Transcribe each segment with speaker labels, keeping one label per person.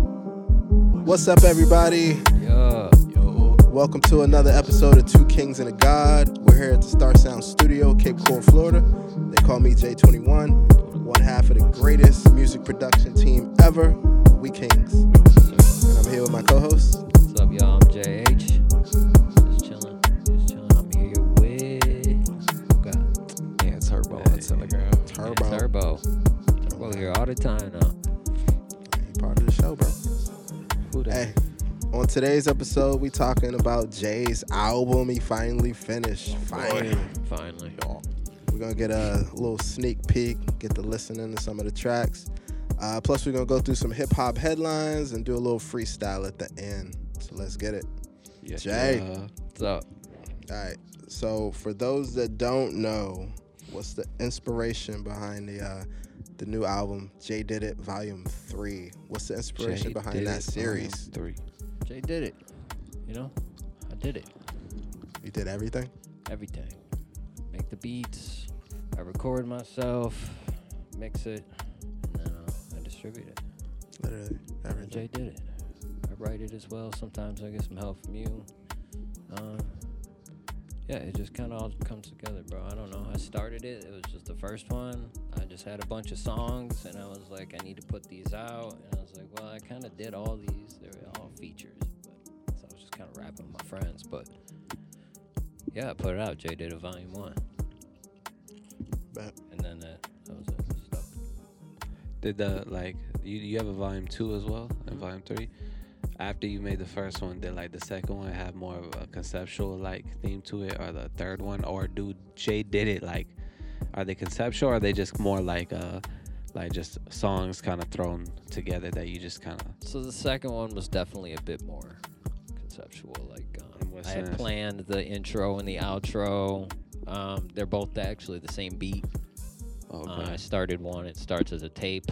Speaker 1: What's up, everybody?
Speaker 2: Yeah.
Speaker 1: Yo. Welcome to another episode of Two Kings and a God. We're here at the Star Sound Studio, Cape Coral, Florida. They call me J21, one half of the greatest music production team ever, We Kings. And I'm here with my co host.
Speaker 2: What's up, y'all? I'm JH. Just chilling. Just chilling. I'm here with. God.
Speaker 3: Yeah, Turbo on
Speaker 2: Hey.
Speaker 3: Telegram.
Speaker 2: Man,
Speaker 1: Turbo.
Speaker 2: Turbo. Turbo here all the time now.
Speaker 1: Part of the show, bro.
Speaker 2: Who that?
Speaker 1: Hey, on today's episode, we talking about Jay's album. He finally finished. Finally,
Speaker 2: Finally.
Speaker 1: we're gonna get a little sneak peek, get the listening to some of the tracks. Uh, plus, we're gonna go through some hip hop headlines and do a little freestyle at the end. So let's get it.
Speaker 3: Yes,
Speaker 1: Jay.
Speaker 3: uh,
Speaker 2: What's up?
Speaker 1: All right. So for those that don't know, what's the inspiration behind the uh, the new album Jay Did It Volume Three? What's the inspiration
Speaker 3: Jay
Speaker 1: behind
Speaker 3: did
Speaker 1: that
Speaker 3: it,
Speaker 1: series?
Speaker 3: volume Three.
Speaker 2: Jay did it. You know? I did it.
Speaker 1: You did everything.
Speaker 2: Everything. Make the beats. I record myself. Mix it. And then uh, I distribute it.
Speaker 1: Literally
Speaker 2: And Jay did it. I write it as well. Sometimes I get some help from you. Um, yeah, it just kind of all comes together, bro. I don't know. I started it. It was just the first one. I just had a bunch of songs, and I was like, I need to put these out. And I was like, well, I kind of did all these. They were all features. But, so I was just kind of rapping with my friends. But yeah, I put it out. Jay did a volume one.
Speaker 1: Bet.
Speaker 2: And then that, that was it. It stuck.
Speaker 3: Did the like you you have a volume two as well and volume three? After you made the first one, did like the second one have more of a conceptual like theme to it, or the third one, or do Jay did it like? Are they conceptual? or Are they just more like uh like just songs kind of thrown together that you just kind of
Speaker 2: So the second one was definitely a bit more conceptual. Like um,
Speaker 3: In what
Speaker 2: I had
Speaker 3: sense?
Speaker 2: planned the intro and the outro. Um, they're both actually the same beat.
Speaker 4: Oh,
Speaker 2: Uh,
Speaker 3: okay?
Speaker 2: I started one. It starts as a tape,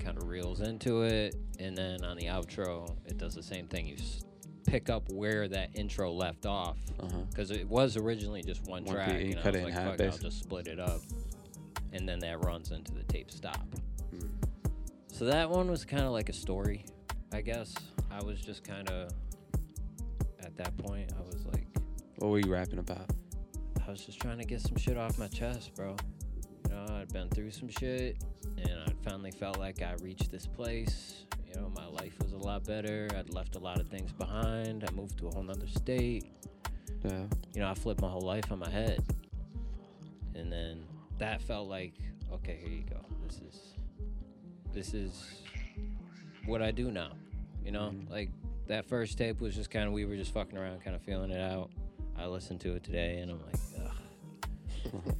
Speaker 2: kind of reels into it, and then on the outro, it does the same thing. You s- pick up where that intro left off
Speaker 3: Uh huh.
Speaker 2: because it was originally just one,
Speaker 3: One
Speaker 2: track.
Speaker 3: beat,
Speaker 2: and
Speaker 3: you
Speaker 2: I
Speaker 3: cut
Speaker 2: was
Speaker 3: it in
Speaker 2: like,
Speaker 3: half,
Speaker 2: "Fuck, I'll
Speaker 3: basi-
Speaker 2: just split it up, and then that runs into the tape stop.
Speaker 3: Hmm.
Speaker 2: So that one was kind of like a story, I guess. I was just kind of at that point. I was like,
Speaker 3: What were you rapping about?
Speaker 2: I was just trying to get some shit off my chest, bro. You know, I'd been through some shit, and I finally felt like I reached this place. You know, my life was a lot better. I'd left a lot of things behind. I moved to a whole nother state
Speaker 3: Yeah.
Speaker 2: you know, I flipped my whole life on my head. And then that felt like, okay, here you go. This is this is what I do now. You know,
Speaker 4: Mm-hmm.
Speaker 3: Mhm.
Speaker 2: like that first tape was just kind of we were just fucking around, kind of feeling it out. I listened to it today, and I'm like, Ugh.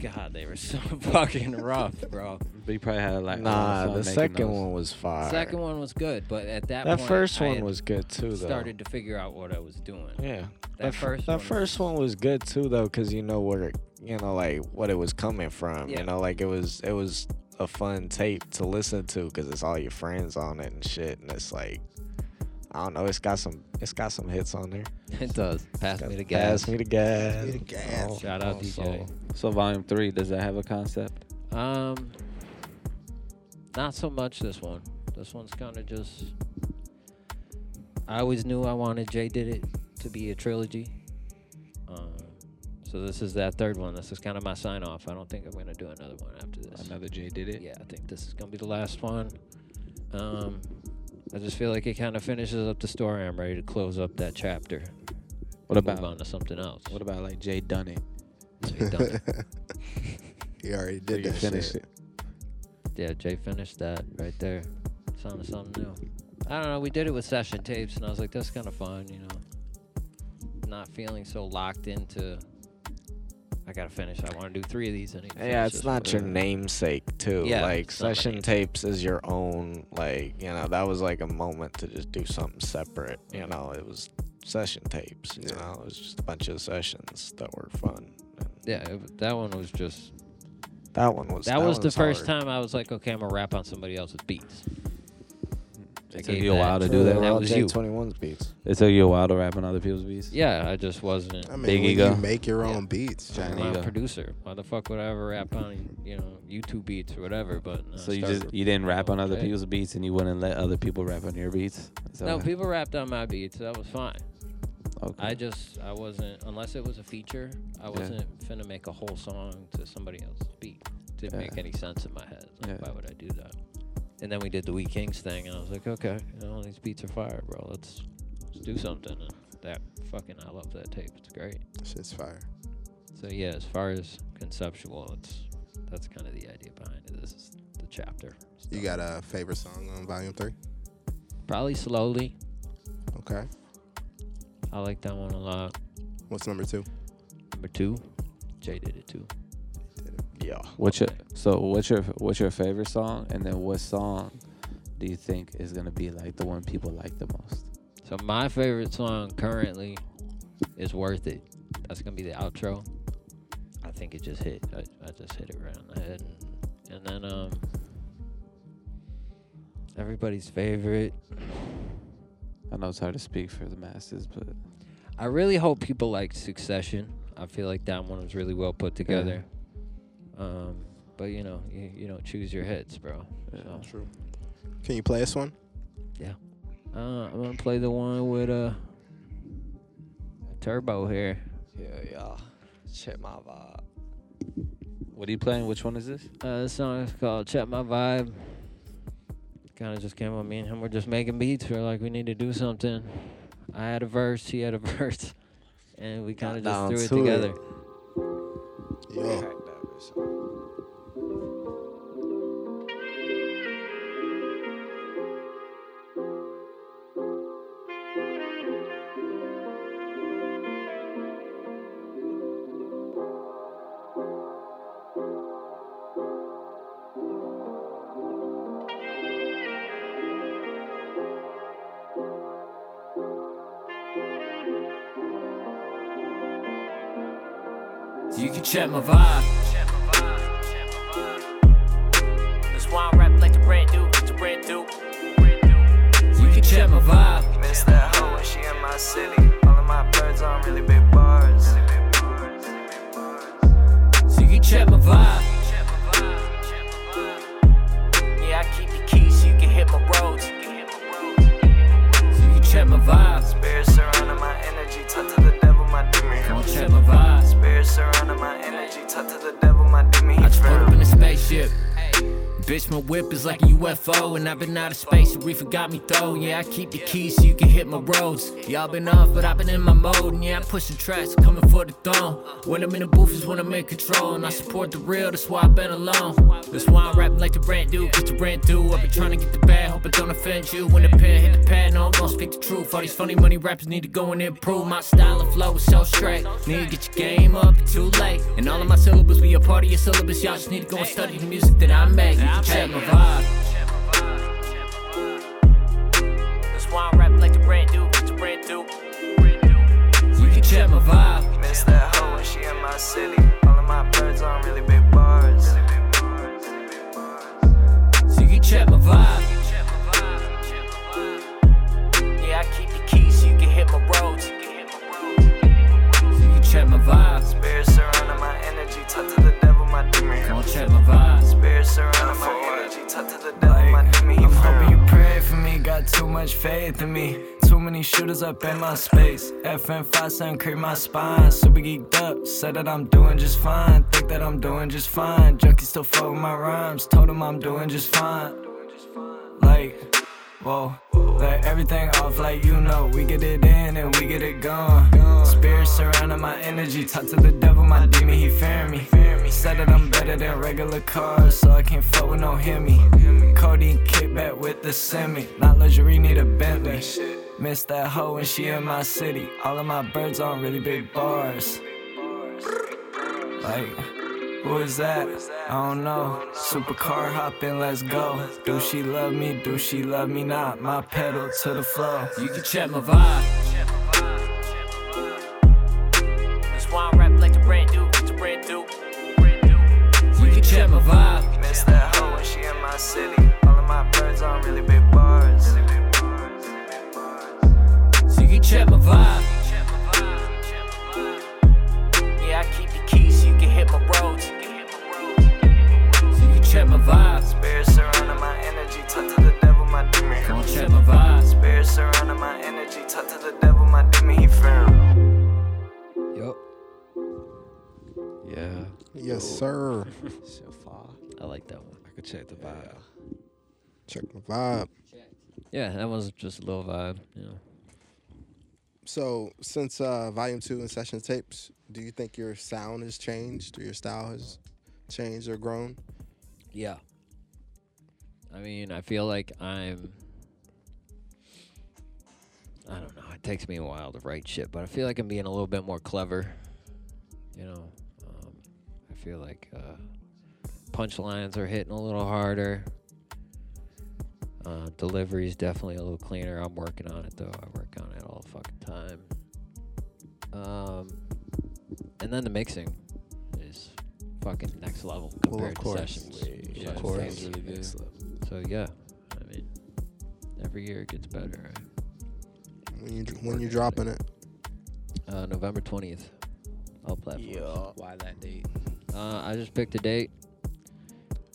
Speaker 2: God, they were so fucking rough, bro.
Speaker 3: But you probably had like a lot of
Speaker 4: Nah,
Speaker 3: fun
Speaker 4: the
Speaker 3: making
Speaker 4: second
Speaker 3: those.
Speaker 4: one was fire.
Speaker 2: Second one was good, but at that
Speaker 4: that
Speaker 2: point,
Speaker 4: first
Speaker 2: I
Speaker 4: one
Speaker 2: had
Speaker 4: was good too, though.
Speaker 2: started to figure out what I was doing.
Speaker 4: Yeah.
Speaker 2: That
Speaker 4: f-
Speaker 2: first
Speaker 4: that
Speaker 2: one
Speaker 4: first one was good too, though, because you know where, it- you know, like what it was coming from.
Speaker 2: Yeah.
Speaker 4: You know, like it was, it was a fun tape to listen to because it's all your friends on it and shit, and it's like. I don't know. It's got some. It's got some hits on there.
Speaker 2: it does. Pass me the gas.
Speaker 4: Pass me the gas. Oh.
Speaker 1: Me the gas.
Speaker 2: Shout out DJ.
Speaker 3: So volume three, does that have a concept?
Speaker 2: Um, not so much this one. This one's kind of just. I always knew I wanted Jay Did It to be a trilogy. Um, so this is that third one. This is kind of my sign off. I don't think I'm gonna do another one after this.
Speaker 3: Another Jay did it.
Speaker 2: Yeah, I think this is gonna be the last one. Um, I just feel like it kind of finishes up the story. I'm ready to close up that chapter.
Speaker 3: What
Speaker 2: and move
Speaker 3: about
Speaker 2: on to something else?
Speaker 3: what about like Jay done it?
Speaker 2: Jay done it.
Speaker 1: he already
Speaker 3: So
Speaker 1: did
Speaker 3: you
Speaker 1: that
Speaker 3: finished
Speaker 1: shit.
Speaker 3: it.
Speaker 2: Yeah, Jay finished that right there. Sounded something new. I don't know. We did it with session tapes, and I was like, that's kind of fun, you know. Not feeling so locked into. I gotta finish. I want to do three of these. I need to
Speaker 4: Yeah,
Speaker 2: finish
Speaker 4: it's
Speaker 2: this
Speaker 4: not
Speaker 2: one."
Speaker 4: your namesake too.
Speaker 2: Yeah,
Speaker 4: like
Speaker 2: it's not my
Speaker 4: session
Speaker 2: namesake.
Speaker 4: tapes is your own. Like you know, that was like a moment to just do something separate. You know, it was session tapes. You
Speaker 1: Yeah.
Speaker 4: know, it was just a bunch of sessions that were fun. And
Speaker 2: Yeah, it, that one was just.
Speaker 4: that one was.
Speaker 2: That, was
Speaker 4: one
Speaker 2: the first
Speaker 4: hard.
Speaker 2: time I was like, okay, I'm gonna rap on somebody else's beats. I
Speaker 3: It took
Speaker 2: gave
Speaker 3: you a while to
Speaker 2: that-
Speaker 3: do that?
Speaker 2: That was you.
Speaker 4: 21's beats.
Speaker 3: It took you a while to rap on other people's beats.
Speaker 2: Yeah, I just wasn't.
Speaker 1: I mean,
Speaker 3: Big
Speaker 1: when
Speaker 3: ego.
Speaker 1: you make your own beats,
Speaker 2: I'm
Speaker 1: Johnny.
Speaker 3: There you
Speaker 2: not a
Speaker 3: go.
Speaker 2: producer. Why the fuck would I ever rap on you know YouTube beats or whatever? But uh,
Speaker 3: So you
Speaker 2: started
Speaker 3: just you didn't rap on other
Speaker 2: okay.
Speaker 3: people's beats and you wouldn't let other people rap on your beats. Is that
Speaker 2: No,
Speaker 3: what-
Speaker 2: people rapped on my beats. That was fine.
Speaker 3: Okay.
Speaker 2: I just I wasn't unless it was a feature. I wasn't finna make a whole song to somebody else's beat. Didn't
Speaker 3: Yeah.
Speaker 2: make any sense in my head. Like,
Speaker 3: Yeah.
Speaker 2: Why would I do that? And then we did the Wee Kings thing, and I was like, okay, you know, these beats are fire, bro. Let's, let's do something. And that fucking I love that tape. It's great.
Speaker 1: Shit's fire.
Speaker 2: So yeah, as far as conceptual, it's that's kind of the idea behind it. This is the chapter.
Speaker 1: You
Speaker 2: stuff.
Speaker 1: got a favorite song on Volume Three?
Speaker 2: probably slowly.
Speaker 1: Okay.
Speaker 2: I like that one a lot.
Speaker 1: What's number two?
Speaker 2: Number two, Jay did it too.
Speaker 4: Yeah.
Speaker 3: What's your so what's your what's your favorite song and then what song do you think is gonna be like the one people like the most?
Speaker 2: So my favorite song currently is "Worth It." That's gonna be the outro. I think it just hit. I, I just hit it right on the head, and, and then um, everybody's favorite.
Speaker 3: I know it's hard to speak for the masses, but
Speaker 2: I really hope people like Succession. I feel like that one was really well put together. Um, but you know, you, you don't choose your hits, bro.
Speaker 3: Yeah.
Speaker 2: So,
Speaker 1: True. Can you play us one?
Speaker 2: uh, I'm gonna play the one with uh, Turbo here.
Speaker 4: Yeah, yeah. Check my vibe.
Speaker 3: what are you playing? Which one is this?
Speaker 2: Uh, this song is called Check My Vibe. Kind of just came on me and him. We're just making beats. We're like, we need to do something. I had a verse, he had a verse, and we kind of
Speaker 4: Got down
Speaker 2: just
Speaker 4: to
Speaker 2: threw
Speaker 4: it.
Speaker 2: it together.
Speaker 1: Yo.
Speaker 5: You can check my vibe. That's why I'm rapping like the brand new, it's brand new. You can check my vibe.
Speaker 6: Miss that hoe when she in my city. All of my birds on really big bars.
Speaker 5: So you can check my vibe.
Speaker 6: Yeah, I keep the keys so you can hit my roads.
Speaker 5: So you can check my vibe.
Speaker 6: Spirits surrounding my energy, talk to the devil, my
Speaker 5: Come on,
Speaker 6: demon.
Speaker 5: check my vibe.
Speaker 6: Spirits surrounding my energy, talk to the devil, my demon.
Speaker 5: I
Speaker 6: He's
Speaker 5: just pulled up in
Speaker 6: real.
Speaker 5: a spaceship. Bitch, my whip is like a UFO, and I've been out of space. The reefer got me though. Yeah, I keep the keys so you can hit my roads. Y'all been off, but I've been in my mode. And yeah, I push the tracks, coming for the throne. When I'm in the booth is when I'm in control, and I support the real. That's why I've been alone. That's why I'm rapping like the brand new, get the brand new. I've been trying to get the bag, hope it don't offend you. When the pen hit the pad, no, I'm gonna speak the truth. All these funny money rappers need to go and improve. My style and flow is so straight. Need to get your game up, it's too late. And all of my syllables be a part of your syllabus. Y'all just need to go and study the music that I make. You can check my vibe.
Speaker 6: That's why I'm rapping like the brand new, it's brand new.
Speaker 5: You can check my vibe.
Speaker 6: Miss that hoe when she in my city. All of my birds on really big bars.
Speaker 5: So you can check my vibe.
Speaker 6: Yeah, I keep the keys so you can hit my roads.
Speaker 5: So you can check my vibe.
Speaker 6: Spirits surrounding my energy, talk to the devil, my
Speaker 5: Come on,
Speaker 6: demon.
Speaker 5: check my vibe.
Speaker 6: Spirits surrounding my energy, talk to the devil, my demon. He
Speaker 7: I'm hoping
Speaker 6: real.
Speaker 7: you pray for me. Got too much faith in me. Too many shooters up in my space. FN5 cent creep my spine. Super geeked up. Said that I'm doing just fine. Think that I'm doing just fine. Junkies still fuck with my rhymes. Told him I'm doing just fine. Like, whoa. Let everything off like you know. We get it in and we get it gone. Spirit surrounding my energy. Talk to the devil, my demon, he fearing me. Said that I'm better than regular cars, so I can't fuck with no hear me. Cody kick back with the semi. Not luxury, need a Bentley. Miss that hoe when she in my city. All of my birds on really big bars. Like, who is that? I don't know. Supercar hopping, let's go. Do she love me? Do she love me not? My pedal to the floor.
Speaker 5: You can check my vibe.
Speaker 6: That's why I'm rapping like the brand new, it's brand new.
Speaker 5: You can check my vibe.
Speaker 6: Miss that hoe when she in my city. All of my birds on really big bars.
Speaker 5: check my vibe. Yeah, I keep the keys so you can hit my roads. So you can check my vibes.
Speaker 6: Spirits surrounding my energy, talk to the devil, my demon.
Speaker 5: Come on, check my vibes.
Speaker 6: Spirits surrounding my energy, talk to the devil, my demon, he firm.
Speaker 2: Yup.
Speaker 3: Yeah.
Speaker 1: Yes, sir.
Speaker 3: So far.
Speaker 2: I like that one.
Speaker 3: I could check the vibe.
Speaker 1: Check my vibe.
Speaker 2: Yeah, that was just a little vibe. You know.
Speaker 1: So, since uh, volume two and session tapes, do you think your sound has changed or your style has changed or grown?
Speaker 2: Yeah. I mean, I feel like I'm. I don't know. It takes me a while to write shit, but I feel like I'm being a little bit more clever. You know, um, I feel like uh, punchlines are hitting a little harder. Uh, delivery's definitely a little cleaner. I'm working on it though. I work on it all the fucking time. Um, and then the mixing is fucking next level compared
Speaker 1: course.
Speaker 2: to sessions.
Speaker 3: Yeah,
Speaker 2: of
Speaker 3: it
Speaker 2: course.
Speaker 3: sounds really good.
Speaker 2: So yeah, I mean, every year it gets better.
Speaker 1: When you when you dropping it?
Speaker 2: Uh, November twentieth, all platforms.
Speaker 3: Why that date?
Speaker 2: Uh, I just picked a date.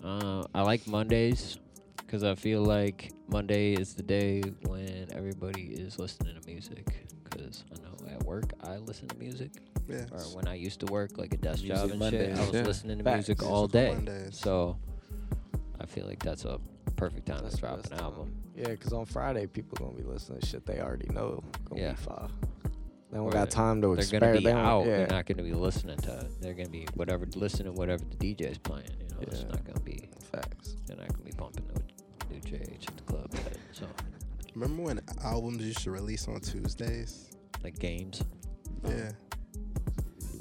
Speaker 2: Uh, I like Mondays because I feel like Monday is the day when everybody is listening to music. Because I know at work I listen to music,
Speaker 1: Yeah.
Speaker 2: or when I used to work like a desk
Speaker 3: Music
Speaker 2: job and shit,
Speaker 3: Mondays,
Speaker 2: I was
Speaker 3: yeah.
Speaker 2: listening to
Speaker 3: Facts.
Speaker 2: music
Speaker 1: Musical
Speaker 2: all day.
Speaker 1: Mondays.
Speaker 2: So I feel like that's a perfect time
Speaker 3: That's
Speaker 2: to drop
Speaker 3: best
Speaker 2: an
Speaker 3: time.
Speaker 2: album.
Speaker 4: Yeah, because on Friday people gonna be listening to shit they already know. Gonna
Speaker 2: Yeah.
Speaker 4: be far. They don't
Speaker 2: Or
Speaker 4: got time to
Speaker 2: they're
Speaker 4: expect.
Speaker 2: gonna be
Speaker 4: they don't-
Speaker 2: out.
Speaker 4: Yeah.
Speaker 2: They're not gonna be listening to. it. They're gonna be whatever listening to whatever the DJ's playing. You know, it's
Speaker 4: Yeah.
Speaker 2: not gonna be.
Speaker 4: Facts.
Speaker 2: They're not gonna be bumping no new JH at the club. But, so
Speaker 1: Remember when albums used to release on Tuesdays?
Speaker 2: like games. Uh-huh.
Speaker 1: Yeah.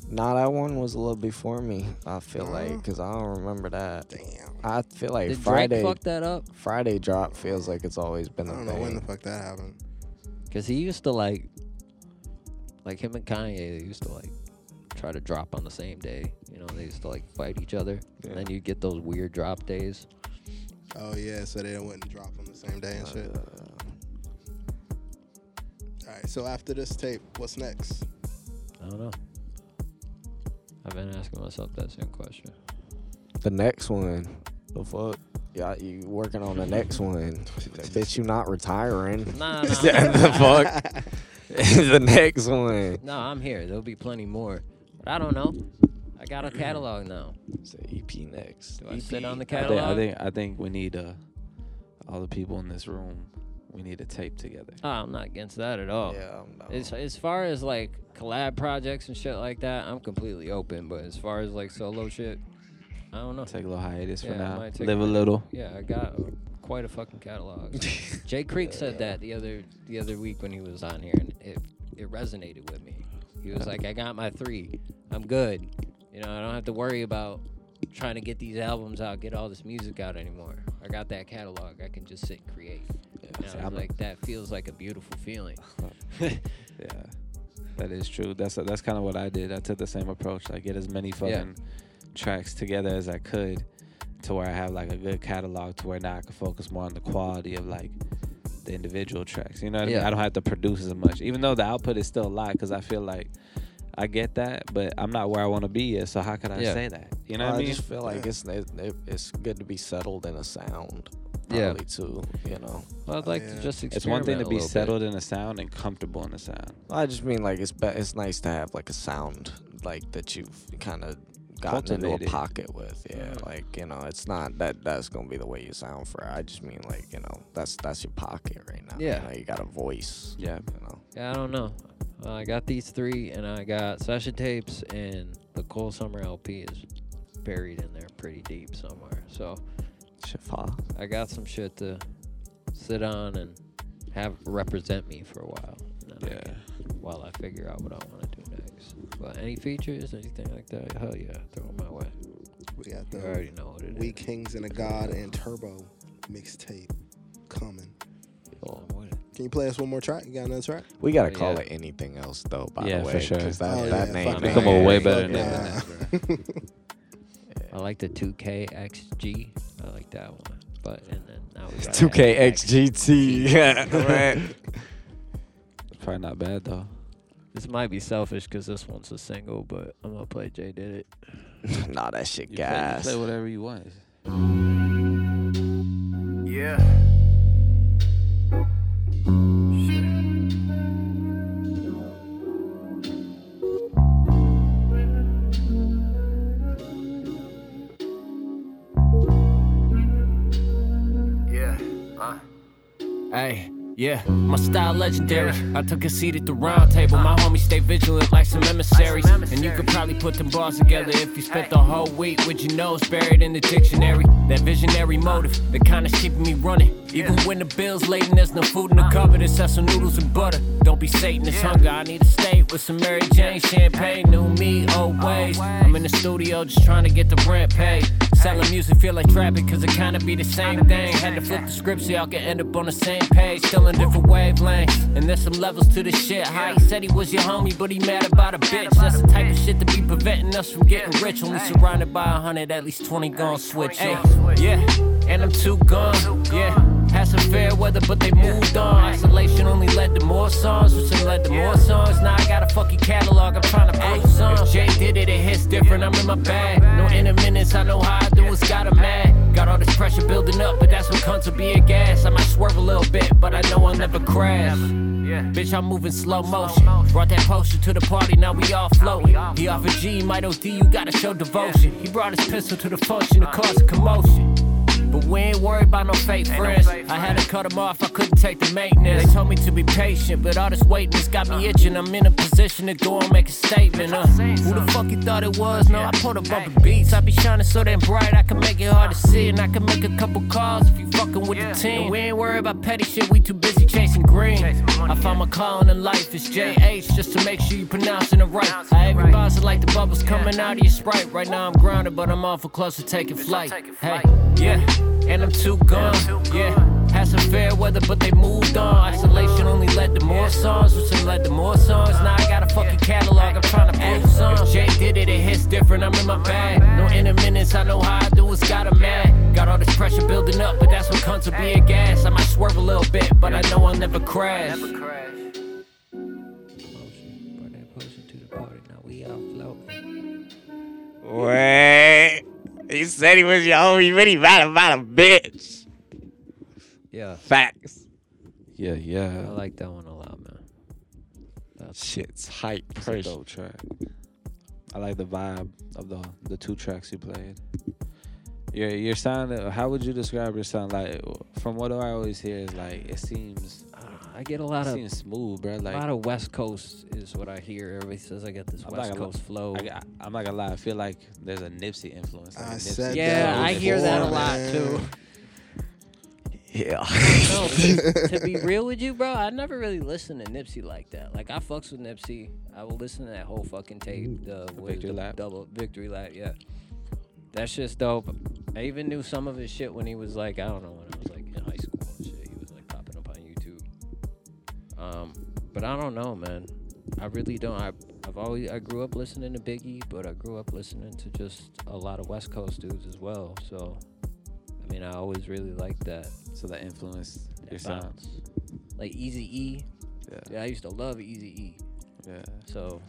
Speaker 4: Nah, that one was a little before me. I feel
Speaker 1: Nah.
Speaker 4: like, cause I don't remember that.
Speaker 1: Damn.
Speaker 4: I feel like
Speaker 2: Did
Speaker 4: Friday
Speaker 2: Drake fuck that up?
Speaker 4: Friday drop feels like it's always been
Speaker 1: I
Speaker 4: a
Speaker 1: don't
Speaker 4: thing.
Speaker 1: know when the fuck that happened.
Speaker 2: Cause he used to like, like him and Kanye they used to like try to drop on the same day. You know, they used to like fight each other,
Speaker 4: Yeah.
Speaker 2: and then you get those weird drop days.
Speaker 1: Oh yeah, so they wouldn't drop on the same day and shit. All right. So after this tape, what's next?
Speaker 2: I don't know. I've been asking myself that same question.
Speaker 4: the next one. The fuck? Yeah, you working on the next one? Bitch, you not retiring?
Speaker 2: Nah,
Speaker 4: the fuck? the next one.
Speaker 2: No, I'm here. There'll be plenty more. But I don't know. I got a catalog now.
Speaker 4: It's the
Speaker 1: E
Speaker 4: EP next.
Speaker 2: Do I sit
Speaker 4: EP.
Speaker 2: on the
Speaker 3: I think,
Speaker 2: catalog?
Speaker 3: I think I think we need uh all the people in this room. We need a tape together.
Speaker 2: Oh, I'm not against that at all.
Speaker 4: Yeah, I'm not.
Speaker 2: As, as far as like collab projects and shit like that, I'm completely open. But as far as like solo shit, I don't know.
Speaker 3: Take a little hiatus
Speaker 2: Yeah,
Speaker 3: for
Speaker 2: I
Speaker 3: now.
Speaker 2: might take
Speaker 3: Live a
Speaker 2: a-
Speaker 3: little.
Speaker 2: Yeah, I got quite a fucking catalog. Jay Creek said that the other the other week when he was on here, and it it resonated with me. He was like, "I got my three. I'm good. You know, I don't have to worry about trying to get these albums out, get all this music out anymore. I got that catalog. I can just sit and create." And I
Speaker 3: see,
Speaker 2: was
Speaker 3: I'm-
Speaker 2: like, "That feels like a beautiful feeling."
Speaker 3: Yeah, that is true. That's that's kind of what I did. I took the same approach. I get as many fucking tracks together as I could, to where I have like a good catalog, to where now I can focus more on the quality of like the individual tracks. You know what I mean?
Speaker 2: Yeah.
Speaker 3: I don't have to produce as much, even though the output is still a lot. Because I feel like I get that, but I'm not where I want to be yet. So how could I
Speaker 2: Yeah.
Speaker 3: say that? You know what I mean?
Speaker 4: just feel like it's it, it- it's good to be settled in a sound.
Speaker 2: Yeah.
Speaker 4: Probably too, you know.
Speaker 2: Well, I'd like
Speaker 1: yeah.
Speaker 2: to just experiment
Speaker 3: It's one thing to
Speaker 2: a
Speaker 3: be
Speaker 2: little bit.
Speaker 3: settled in a sound and comfortable in a sound.
Speaker 4: I just mean like it's be- it's nice to have like a sound like that you've kind of gotten into
Speaker 3: Cultivated. Mm-hmm.
Speaker 4: a pocket with. Yeah, like you know, it's not that that's gonna be the way you sound for. I just mean like you know that's that's your pocket right now.
Speaker 2: Yeah.
Speaker 4: you, know, you got a voice.
Speaker 3: Yeah.
Speaker 4: you know.
Speaker 2: Yeah, I don't know. Uh, I got these three, and I got session tapes, and the Cole Summer LP is buried in there pretty deep somewhere. So
Speaker 4: Shafa.
Speaker 2: I got some shit to sit on and have represent me for a while. And then I
Speaker 3: Yeah.
Speaker 2: can- while I figure out what I want to do next. But any features, anything like that, hell yeah, throw it my way.
Speaker 1: We got
Speaker 2: You
Speaker 1: the
Speaker 2: already know what it is.
Speaker 1: We Kings and a God and Turbo mixtape coming.
Speaker 2: I'm with it.
Speaker 1: Can you play us one more track? You got another track?
Speaker 4: We gotta
Speaker 2: Oh,
Speaker 4: call
Speaker 2: yeah.
Speaker 4: it anything else though. By
Speaker 3: Yeah,
Speaker 4: the
Speaker 3: for
Speaker 4: way,
Speaker 3: sure.
Speaker 4: 'cause that,
Speaker 1: Oh, yeah,
Speaker 4: that
Speaker 1: fuck
Speaker 4: name
Speaker 1: that.
Speaker 3: Come up with way
Speaker 4: ain't-
Speaker 3: better
Speaker 1: Fuck
Speaker 3: than that.
Speaker 1: nah.
Speaker 2: I like the 2KXG. I like that one. But and then now we got
Speaker 4: 2KXGT. Yeah, man.
Speaker 3: probably not bad though.
Speaker 2: This might be selfish because this one's a single, but I'm gonna play Jay Did It.
Speaker 4: nah, that shit
Speaker 3: You play- you
Speaker 4: gas.
Speaker 3: Play, whatever you want.
Speaker 7: Yeah. Yeah. Uh.
Speaker 5: Hey. Yeah, my style legendary. I took a seat at the round table. My homies stay vigilant like some emissaries. And you could probably put them bars together if you spent the whole week with your nose buried in the dictionary. That visionary motive, the kind of keeping me running. Even when the bill's late and there's no food in the cupboard, it's us some noodles and butter. Don't be Satanist hunger. I need a steak with some Mary Jane champagne. New me, old ways. I'm in the studio just trying to get the rent paid. Selling music feel like trapping, cause it kinda be the same thing. Had to flip the script so y'all can end up on the same page, still in different wavelengths. And there's some levels to this shit. How he said he was your homie, but he mad about a bitch. That's the type of shit that be preventing us from getting rich. Only surrounded by a hundred, at least 20 gon' switch. Hey, yeah, and I'm too gone. Yeah. Had some fair weather, but they moved on. Isolation only led to more songs, which then led to more songs. Now I got a fucking catalog, I'm trying to prove songs. Jay did it, it hits different, I'm in my bag. No intermittents, I know how I do it's got 'em mad. Got all this pressure building up, but that's what comes with being gas. I might swerve a little bit, but I know I'll never crash. Bitch, I'm moving slow motion. Brought that poster to the party, now we all floating. He offered G, might OD, you gotta show devotion. He brought his pistol to the function to cause a commotion. But we ain't worried about no fake friends. I had to cut them off, I couldn't take the maintenance. They told me to be patient, but all this waiting has got me itching. I'm in a position to go and make a statement. Uh, who the fuck you thought it was? No, I pulled up bumping beats. I be shining so damn bright, I can make it hard to see. And I can make a couple calls if you fucking with the team. Uh. And we ain't worried about petty shit, we too busy chasing green. I found my calling in life, it's JH, just to make sure you pronouncing it right. I every boss is like the bubbles coming out of your sprite. Right now I'm grounded, but I'm awful close to taking flight. Hey, yeah, and I'm too gone. Yeah. Had some fair weather, but they moved on. Isolation only led to more songs, which then led to more songs. Now I got a fucking catalog, I'm trying to prove songs. Jay did it, it hits different, I'm in my bag. No intermittents, I know how I do it's got 'em mad. Got all this pressure building up, but that's what comes with being gas. I might swerve a little bit, but I know I'll never crash.
Speaker 2: Potion, brought that potion to the party. Now we all floating.
Speaker 4: Wait. He said he was your homie, but he mad about a bitch.
Speaker 2: Yeah,
Speaker 4: Facts.
Speaker 3: Yeah,
Speaker 2: I
Speaker 3: yeah.
Speaker 2: like that one a lot, man.
Speaker 4: Shit's hype.
Speaker 3: It's a dope track. I like the vibe of the the two tracks you played. Your your sound. How would you describe your sound? Like from what I always hear is like it seems
Speaker 2: Uh, I get a
Speaker 3: Ah, it
Speaker 2: lot of
Speaker 3: seems smooth,
Speaker 2: a
Speaker 3: bro. Like
Speaker 2: lot of West Coast is what I hear. Everybody says I got this
Speaker 3: I'm not
Speaker 2: West
Speaker 3: gonna lie.
Speaker 2: Coast flow.
Speaker 3: I, got- I'm not gonna lie. I feel like there's a Nipsey influence. Like
Speaker 1: I
Speaker 3: Nipsey-
Speaker 1: said
Speaker 2: yeah,
Speaker 1: that
Speaker 2: I hear that a
Speaker 1: before,
Speaker 2: lot
Speaker 1: man.
Speaker 2: too.
Speaker 4: Yeah.
Speaker 2: No, to, to be real with you, bro, I never really listened to Nipsey like that. Like I fucks with Nipsey. I will listen to that whole fucking tape. The what is
Speaker 3: Victory
Speaker 2: the
Speaker 3: Lap.
Speaker 2: double victory lap. Yeah, that shit's dope. I even knew some of his shit when he was like, I don't know, when I was like in high school and shit. He was like popping up on YouTube. Um, but I don't know, man. I really don't. I, I've always I grew up listening to Biggie, but I grew up listening to just a lot of West Coast dudes as well. So, I mean, I always really liked that
Speaker 3: So that influenced your
Speaker 2: that
Speaker 3: sound.
Speaker 2: bounce. Like Easy E.
Speaker 3: Yeah.
Speaker 2: Yeah, I used to love Easy E.
Speaker 3: Yeah.
Speaker 2: So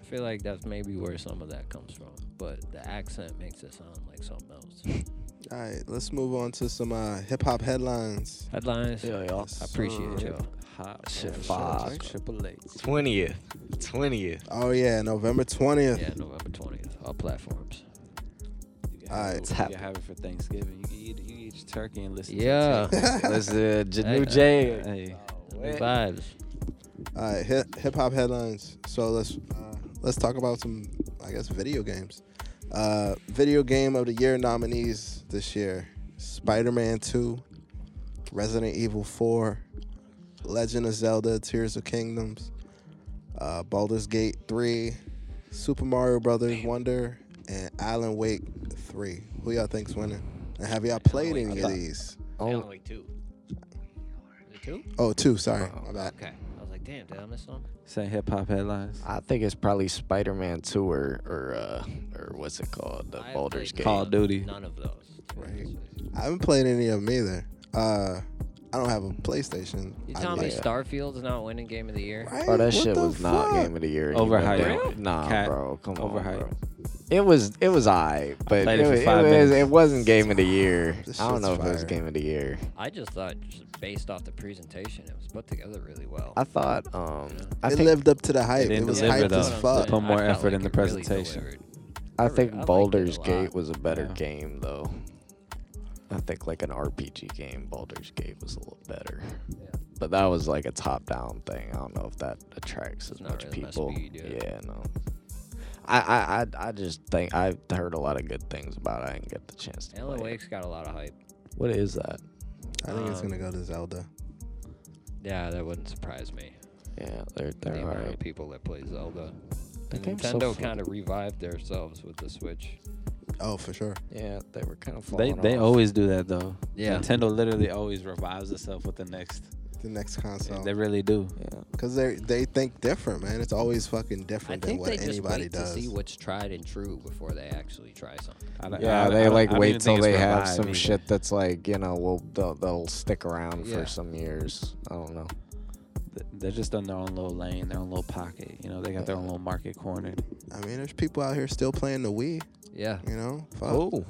Speaker 2: I feel like that's maybe where some of that comes from. But the accent makes it sound like something else.
Speaker 1: All right, let's move on to some uh, hip hop headlines.
Speaker 2: Headlines.
Speaker 4: Yo, y'all.
Speaker 2: I appreciate
Speaker 1: Sir.
Speaker 2: y'all.
Speaker 3: Hot
Speaker 4: Shit,
Speaker 3: man.
Speaker 4: fuck.
Speaker 3: Triple H.
Speaker 4: 20th. 20th.
Speaker 1: Oh yeah, November twentieth.
Speaker 2: Yeah, November 20th. All platforms.
Speaker 3: You can
Speaker 1: All
Speaker 3: have
Speaker 1: right.
Speaker 3: it-
Speaker 1: It's
Speaker 3: You can
Speaker 4: happening.
Speaker 3: have it for Thanksgiving. You can eat, you can eat turkey and listen.
Speaker 2: Yeah.
Speaker 3: To
Speaker 4: Let's do uh,
Speaker 2: Hey,
Speaker 4: Janu
Speaker 2: uh,
Speaker 4: J.
Speaker 3: tape. hey.
Speaker 2: New vibes.
Speaker 1: All right, hip hop headlines. So let's uh, let's talk about some, I guess, video games. Uh, video game of the year nominees this year: Spider-Man Two, Resident Evil Four, Legend of Zelda: Tears of Kingdoms, uh, Baldur's Gate Three, Super Mario Brothers Wonder, and Alan Wake Three. Who y'all think's winning? And have y'all played any of these?
Speaker 4: Oh,
Speaker 2: two. Is it two?
Speaker 1: Oh, two. Sorry, my bad.
Speaker 2: Okay. I was like, damn, did I miss some?
Speaker 3: Saying hip hop headlines.
Speaker 4: I think it's probably Spider-Man 2 or or uh or what's it called? The
Speaker 2: I have
Speaker 4: Baldur's
Speaker 2: played
Speaker 4: Gate.
Speaker 3: Call of Duty.
Speaker 2: None of those. to be
Speaker 1: Right.
Speaker 2: honest with you.
Speaker 1: I haven't played any of them either. Uh, I don't have a PlayStation.
Speaker 2: You
Speaker 1: I
Speaker 2: telling me
Speaker 1: like-
Speaker 2: Starfield's not winning Game of the Year?
Speaker 1: Right?
Speaker 4: Bro, Oh, that
Speaker 1: What
Speaker 4: shit
Speaker 1: the
Speaker 4: was not
Speaker 1: fuck?
Speaker 4: game of the year. You
Speaker 3: Overhyped.
Speaker 4: better-
Speaker 3: Really?
Speaker 4: Nah,
Speaker 3: Cat,
Speaker 4: bro. Come on,
Speaker 3: overhyped.
Speaker 4: bro. It was it was I, but
Speaker 3: played
Speaker 4: it,
Speaker 3: it for
Speaker 4: was, it,
Speaker 3: five
Speaker 4: was,
Speaker 3: minutes.
Speaker 4: it wasn't game of the year.
Speaker 1: This
Speaker 4: I don't know
Speaker 1: shit's
Speaker 4: if it was
Speaker 1: fire.
Speaker 4: game of the year.
Speaker 2: I just thought, just based off the presentation, it was put together really well.
Speaker 4: I thought um I
Speaker 1: it
Speaker 4: think
Speaker 1: lived up to the hype. It
Speaker 3: didn't
Speaker 1: was
Speaker 3: deliver,
Speaker 1: hype
Speaker 3: though.
Speaker 1: as fuck.
Speaker 3: Put more
Speaker 2: I felt
Speaker 3: effort in
Speaker 2: like
Speaker 3: the
Speaker 2: it really
Speaker 3: presentation.
Speaker 2: delivered.
Speaker 4: I
Speaker 2: I re- I
Speaker 4: think
Speaker 2: liked it a
Speaker 4: Baldur's
Speaker 2: lot.
Speaker 4: Gate was a better
Speaker 3: Yeah.
Speaker 4: game though. I think like an RPG game, Baldur's Gate was a little better. But that was like a top-down thing. I don't know if that attracts as
Speaker 2: not
Speaker 4: much
Speaker 2: really my
Speaker 4: people.
Speaker 2: speed, yeah.
Speaker 4: yeah, no. I, I I I just think I heard a lot of good things about. it. I didn't get the chance to
Speaker 2: Alan
Speaker 4: play. it.
Speaker 2: Wake's got a lot of hype.
Speaker 4: What is that?
Speaker 1: I think it's
Speaker 2: Um,
Speaker 1: gonna go to Zelda.
Speaker 2: Yeah, that wouldn't surprise me.
Speaker 4: Yeah, they're
Speaker 2: the
Speaker 4: they're all
Speaker 2: amount of
Speaker 4: right.
Speaker 2: people that play Zelda.
Speaker 4: The
Speaker 2: And
Speaker 4: game's so
Speaker 2: Nintendo
Speaker 4: fucking-
Speaker 2: kind of revived themselves with the Switch.
Speaker 1: Oh, for sure.
Speaker 4: Yeah, they were kind of
Speaker 3: They
Speaker 4: falling
Speaker 3: they
Speaker 4: off.
Speaker 3: always do that though.
Speaker 2: Yeah.
Speaker 3: Nintendo literally always revives itself with the next.
Speaker 1: The next console.
Speaker 3: They really do.
Speaker 4: Yeah.
Speaker 1: Because they they think different, man. It's always fucking different
Speaker 2: I
Speaker 1: than
Speaker 2: think
Speaker 1: what
Speaker 2: they just
Speaker 1: anybody
Speaker 2: wait
Speaker 1: does.
Speaker 2: to see what's tried and true before they actually try something.
Speaker 3: I don't-
Speaker 4: Yeah,
Speaker 3: I- I
Speaker 4: they
Speaker 3: don't-
Speaker 4: like
Speaker 3: I don't
Speaker 4: wait
Speaker 3: even think
Speaker 4: till
Speaker 3: it's
Speaker 4: they have
Speaker 3: revived
Speaker 4: some
Speaker 3: either.
Speaker 4: shit that's like you know will they'll, they'll stick around
Speaker 2: Yeah.
Speaker 4: for some years. I don't know.
Speaker 3: Th- They're just on their own little lane, their own little pocket. You know, they got their own little market cornered.
Speaker 1: I mean, there's people out here still playing the Wii.
Speaker 2: Yeah,
Speaker 1: You know, fuck.
Speaker 4: Oh,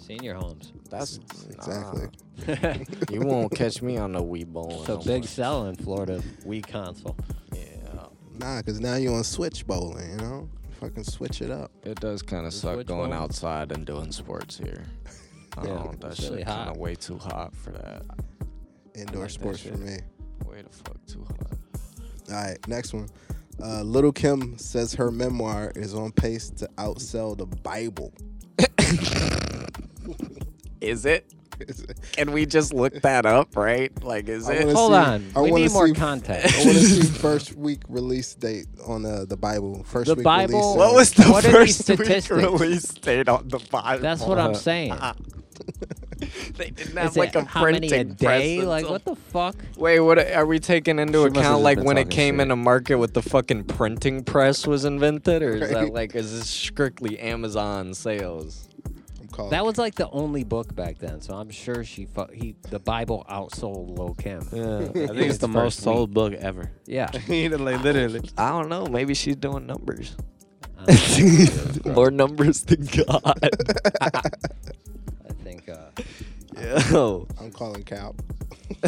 Speaker 2: senior homes.
Speaker 4: that's
Speaker 1: exactly.
Speaker 4: nah. you won't catch me on the Wii bowling.
Speaker 2: So
Speaker 4: no
Speaker 2: big
Speaker 4: more.
Speaker 2: sell in Florida Wii console.
Speaker 4: Yeah,
Speaker 1: Nah, because now you on Switch bowling. You know, fucking switch it up.
Speaker 4: it does kind of suck
Speaker 2: Switch
Speaker 4: going
Speaker 2: bowling?
Speaker 4: outside and doing sports here. I
Speaker 2: Yeah,
Speaker 4: don't, that
Speaker 2: it's really
Speaker 4: shit kind
Speaker 2: hot.
Speaker 4: of way too hot for that.
Speaker 1: Indoor
Speaker 3: like that
Speaker 1: sports for
Speaker 3: shit.
Speaker 1: me.
Speaker 4: Way the fuck too hot.
Speaker 1: All right, next one. Uh, Little Kim says her memoir is on pace to outsell the Bible.
Speaker 4: Is it? Can we just look that up, right? Like, is
Speaker 1: I
Speaker 4: it?
Speaker 1: wanna
Speaker 2: Hold
Speaker 1: see-
Speaker 2: on,
Speaker 1: I
Speaker 2: we
Speaker 1: wanna
Speaker 2: need more
Speaker 1: see- I
Speaker 2: context.
Speaker 1: want to see first week release date on uh, the Bible. First
Speaker 2: The
Speaker 1: week release.
Speaker 2: Bible-
Speaker 4: What was the
Speaker 2: What are these
Speaker 4: first week
Speaker 2: statistics?
Speaker 4: release date on the Bible?
Speaker 2: That's what I'm saying.
Speaker 4: they didn't
Speaker 2: Is
Speaker 4: have
Speaker 2: it
Speaker 4: like a
Speaker 2: how many
Speaker 4: printing
Speaker 2: a day?
Speaker 4: press
Speaker 2: Like
Speaker 4: until-
Speaker 2: what the fuck?
Speaker 4: Wait, what are we taking into
Speaker 3: She must have
Speaker 4: account?
Speaker 3: just
Speaker 4: Like
Speaker 3: been
Speaker 4: when it
Speaker 3: talking
Speaker 4: came
Speaker 3: shit.
Speaker 4: into market, with the fucking printing press was invented, or is that
Speaker 1: Right.
Speaker 4: like is this strictly Amazon sales?
Speaker 1: I'm
Speaker 4: Oh.
Speaker 1: calling
Speaker 2: That was like the only book back then, so I'm sure she fu- he the Bible outsold Lil Kim.
Speaker 3: I think it's the most sold book ever.
Speaker 2: Yeah,
Speaker 3: like literally.
Speaker 4: I don't know. Maybe she's doing numbers.
Speaker 2: Uh, I don't
Speaker 4: More numbers than God.
Speaker 2: I think uh,
Speaker 4: Yo.
Speaker 1: I'm calling Cal.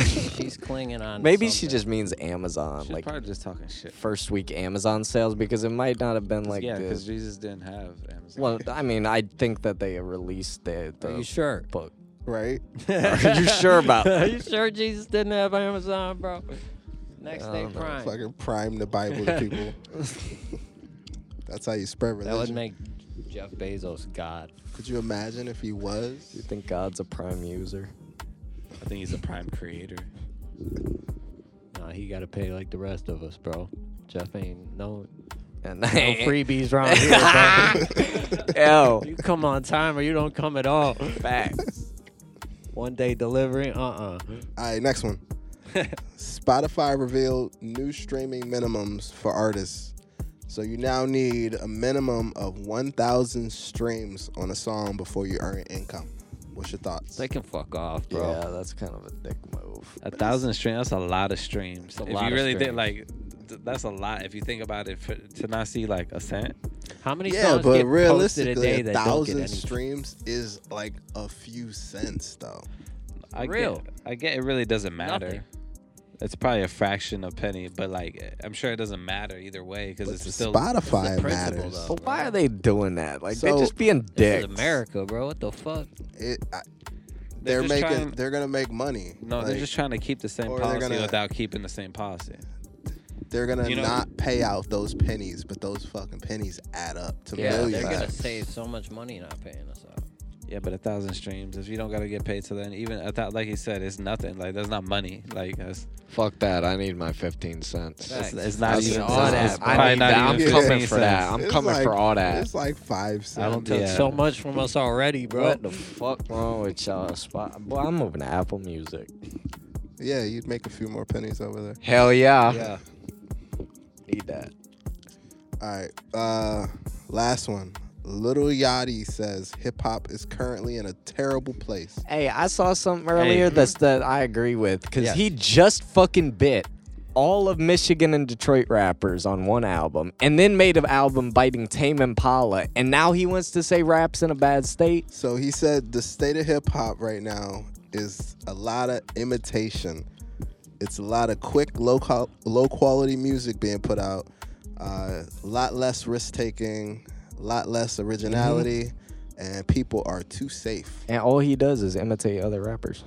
Speaker 2: she's clinging on. to
Speaker 4: Maybe she
Speaker 2: something.
Speaker 4: just means Amazon,
Speaker 3: She's
Speaker 4: like
Speaker 3: probably just talking shit.
Speaker 4: first week Amazon sales, because it might not have been like
Speaker 3: yeah, because
Speaker 4: the.
Speaker 3: Jesus didn't have Amazon.
Speaker 4: Well, I mean, I think that they released the, the
Speaker 2: Are you sure?
Speaker 4: book.
Speaker 1: Right?
Speaker 4: Are you sure about
Speaker 2: Are you sure Jesus didn't have Amazon, bro? Next
Speaker 4: I
Speaker 2: day
Speaker 4: don't know.
Speaker 2: prime.
Speaker 1: Fucking prime the Bible to people. That's how you spread religion.
Speaker 2: that would make Jeff Bezos God.
Speaker 1: Could you imagine if he
Speaker 4: You
Speaker 1: was?
Speaker 4: think God's a prime user?
Speaker 3: I think he's a prime creator.
Speaker 2: Nah, he gotta pay like the rest of us, bro. Jeff ain't no
Speaker 4: And
Speaker 2: no freebies round here, bro.
Speaker 4: Yo,
Speaker 2: you come on time or you don't come at all.
Speaker 4: facts.
Speaker 2: One day delivery, uh uh
Speaker 1: All right, next one. Spotify revealed new streaming minimums for artists. So you now need a minimum of 1,000 streams on a song before you earn income. What's your thoughts?
Speaker 2: They can fuck off, bro.
Speaker 4: Yeah, that's kind of a dick move.
Speaker 3: A thousand streams. That's a lot of streams.
Speaker 2: a
Speaker 3: if
Speaker 2: lot
Speaker 3: you
Speaker 2: of
Speaker 3: really think
Speaker 2: streams.
Speaker 3: like, th- that's a lot. If you think about it, for, to not see like a cent.
Speaker 2: How many
Speaker 1: yeah,
Speaker 2: songs
Speaker 1: but
Speaker 2: get posted a
Speaker 1: realistically,
Speaker 2: day
Speaker 1: a
Speaker 2: that don't get
Speaker 1: thousand
Speaker 2: any?
Speaker 1: streams is like a few cents, though.
Speaker 3: I
Speaker 2: Real.
Speaker 3: Get, I get it. Really doesn't matter.
Speaker 2: Nothing.
Speaker 3: It's probably a fraction of penny, but like I'm sure it doesn't matter either way because
Speaker 1: But
Speaker 3: it's
Speaker 1: to
Speaker 3: still
Speaker 1: Spotify
Speaker 2: it's the principle,
Speaker 1: matters.
Speaker 2: though.
Speaker 4: But why are they doing that? Like
Speaker 1: So-
Speaker 4: they're just being
Speaker 2: This
Speaker 4: dicks.
Speaker 2: is America, bro. What the fuck?
Speaker 1: It, I, they're
Speaker 3: just
Speaker 1: making.
Speaker 3: trying-
Speaker 1: they're gonna make money.
Speaker 3: No, they're
Speaker 1: Like,
Speaker 3: just trying to keep the same
Speaker 1: or they're
Speaker 3: policy
Speaker 1: gonna-
Speaker 3: without keeping the same policy.
Speaker 1: They're gonna
Speaker 3: You know-
Speaker 1: not pay out those pennies, but those fucking pennies add up to
Speaker 2: Yeah,
Speaker 1: millions.
Speaker 2: they're gonna save so much money not paying us out.
Speaker 3: Yeah, but a thousand streams. If you don't gotta get paid to then, even a thou- like he said, it's nothing. Like that's not money. Like that's,
Speaker 4: Fuck that. I need my 15 cents.
Speaker 2: Facts.
Speaker 3: it's, it's not
Speaker 2: That's
Speaker 3: even.
Speaker 2: all
Speaker 3: it's-
Speaker 2: that,
Speaker 3: it's
Speaker 2: bro.
Speaker 3: probably
Speaker 4: I need
Speaker 3: not
Speaker 4: that.
Speaker 3: even
Speaker 4: I'm coming
Speaker 3: 15
Speaker 4: for that.
Speaker 3: cents.
Speaker 4: I'm
Speaker 1: It's
Speaker 4: coming
Speaker 1: like-
Speaker 4: for all that.
Speaker 1: It's like five cents.
Speaker 3: I don't
Speaker 2: Took
Speaker 3: think yeah.
Speaker 2: so much from us already, bro.
Speaker 4: What the fuck wrong with y'all? Spot. Boy, I'm moving to Apple Music.
Speaker 1: Yeah, you'd make a few more pennies over there.
Speaker 4: Hell yeah.
Speaker 3: Yeah.
Speaker 4: Need that.
Speaker 1: All right. Uh, last one. Little Yachty says hip hop is currently in a terrible place.
Speaker 4: Hey, I saw something earlier that's that I agree with because he just fucking bit all of Michigan and Detroit rappers on one album, and then made an album biting Tame Impala, and now he wants to say raps in a bad state.
Speaker 1: So he said the state of hip hop right now is a lot of imitation. It's a lot of quick, low co- low quality music being put out. A lot less risk taking, a lot less originality,
Speaker 4: Mm-hmm.
Speaker 1: and people are too safe.
Speaker 4: And all he does is imitate other rappers.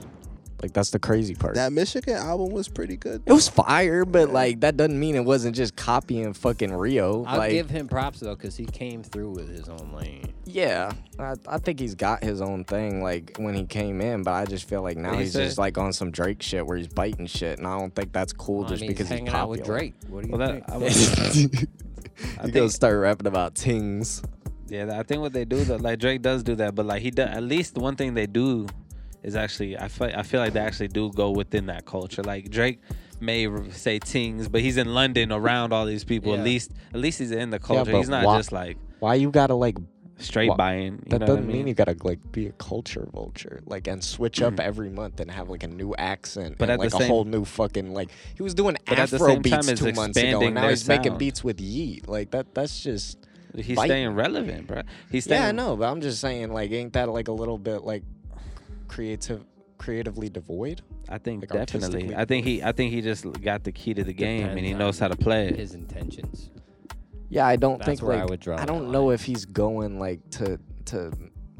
Speaker 4: Like that's the crazy part.
Speaker 1: That Michigan album was pretty good.
Speaker 4: it was fire, but like that doesn't mean it wasn't just copying fucking Rio.
Speaker 2: I'll
Speaker 4: like,
Speaker 2: give him props though, cause he came through with his own lane.
Speaker 4: yeah, I, I think he's got his own thing. Like when he came in, but I just feel like now
Speaker 3: He
Speaker 4: he's
Speaker 3: said-
Speaker 4: just like on some Drake shit where he's biting shit, and I don't think that's cool
Speaker 2: I
Speaker 4: just
Speaker 2: mean,
Speaker 4: because
Speaker 2: he's hanging
Speaker 4: he's
Speaker 2: out with
Speaker 4: popular.
Speaker 2: Drake. What do you
Speaker 3: Well, that,
Speaker 2: think?
Speaker 3: I was,
Speaker 4: you gonna
Speaker 3: think-
Speaker 4: start rapping about tings.
Speaker 3: yeah, I think what they do, though, like Drake does do that, but like he does, at least one thing they do is actually, I feel, I feel like they actually do go within that culture. Like Drake may r- say things, but he's in London around all these people.
Speaker 2: Yeah.
Speaker 3: At least, at least he's in the culture.
Speaker 4: but
Speaker 3: he's not
Speaker 4: why-
Speaker 3: just like
Speaker 4: Why you gotta like?
Speaker 3: straight
Speaker 4: Wha-
Speaker 3: buying. You
Speaker 4: That
Speaker 3: know what I
Speaker 4: doesn't mean?
Speaker 3: mean?
Speaker 4: you gotta like be a culture vulture, like and switch up every month and have like a new accent,
Speaker 3: But
Speaker 4: and,
Speaker 3: at
Speaker 4: like
Speaker 3: the
Speaker 4: a
Speaker 3: same-
Speaker 4: whole new fucking like he was doing
Speaker 3: But at the
Speaker 4: Afro
Speaker 3: same time,
Speaker 4: beats
Speaker 3: it's
Speaker 4: two months ago,
Speaker 3: expanding
Speaker 4: and now
Speaker 3: their
Speaker 4: he's making
Speaker 3: sound.
Speaker 4: beats with Yeet. Like that, that's just
Speaker 3: He's
Speaker 4: Bite.
Speaker 3: staying relevant, bro. He's staying.
Speaker 4: yeah, I know, but I'm just saying, like, ain't that like a little bit like creative, creatively devoid?
Speaker 3: I think
Speaker 4: Like,
Speaker 3: definitely.
Speaker 4: artistically
Speaker 3: I think he. I think he just got the key to the game, and
Speaker 2: Depends
Speaker 3: he
Speaker 2: on
Speaker 3: knows how to play it.
Speaker 2: his intentions.
Speaker 4: Yeah, I don't
Speaker 2: That's
Speaker 4: think
Speaker 2: where I
Speaker 4: like I,
Speaker 2: would draw that
Speaker 4: don't know if he's going like to to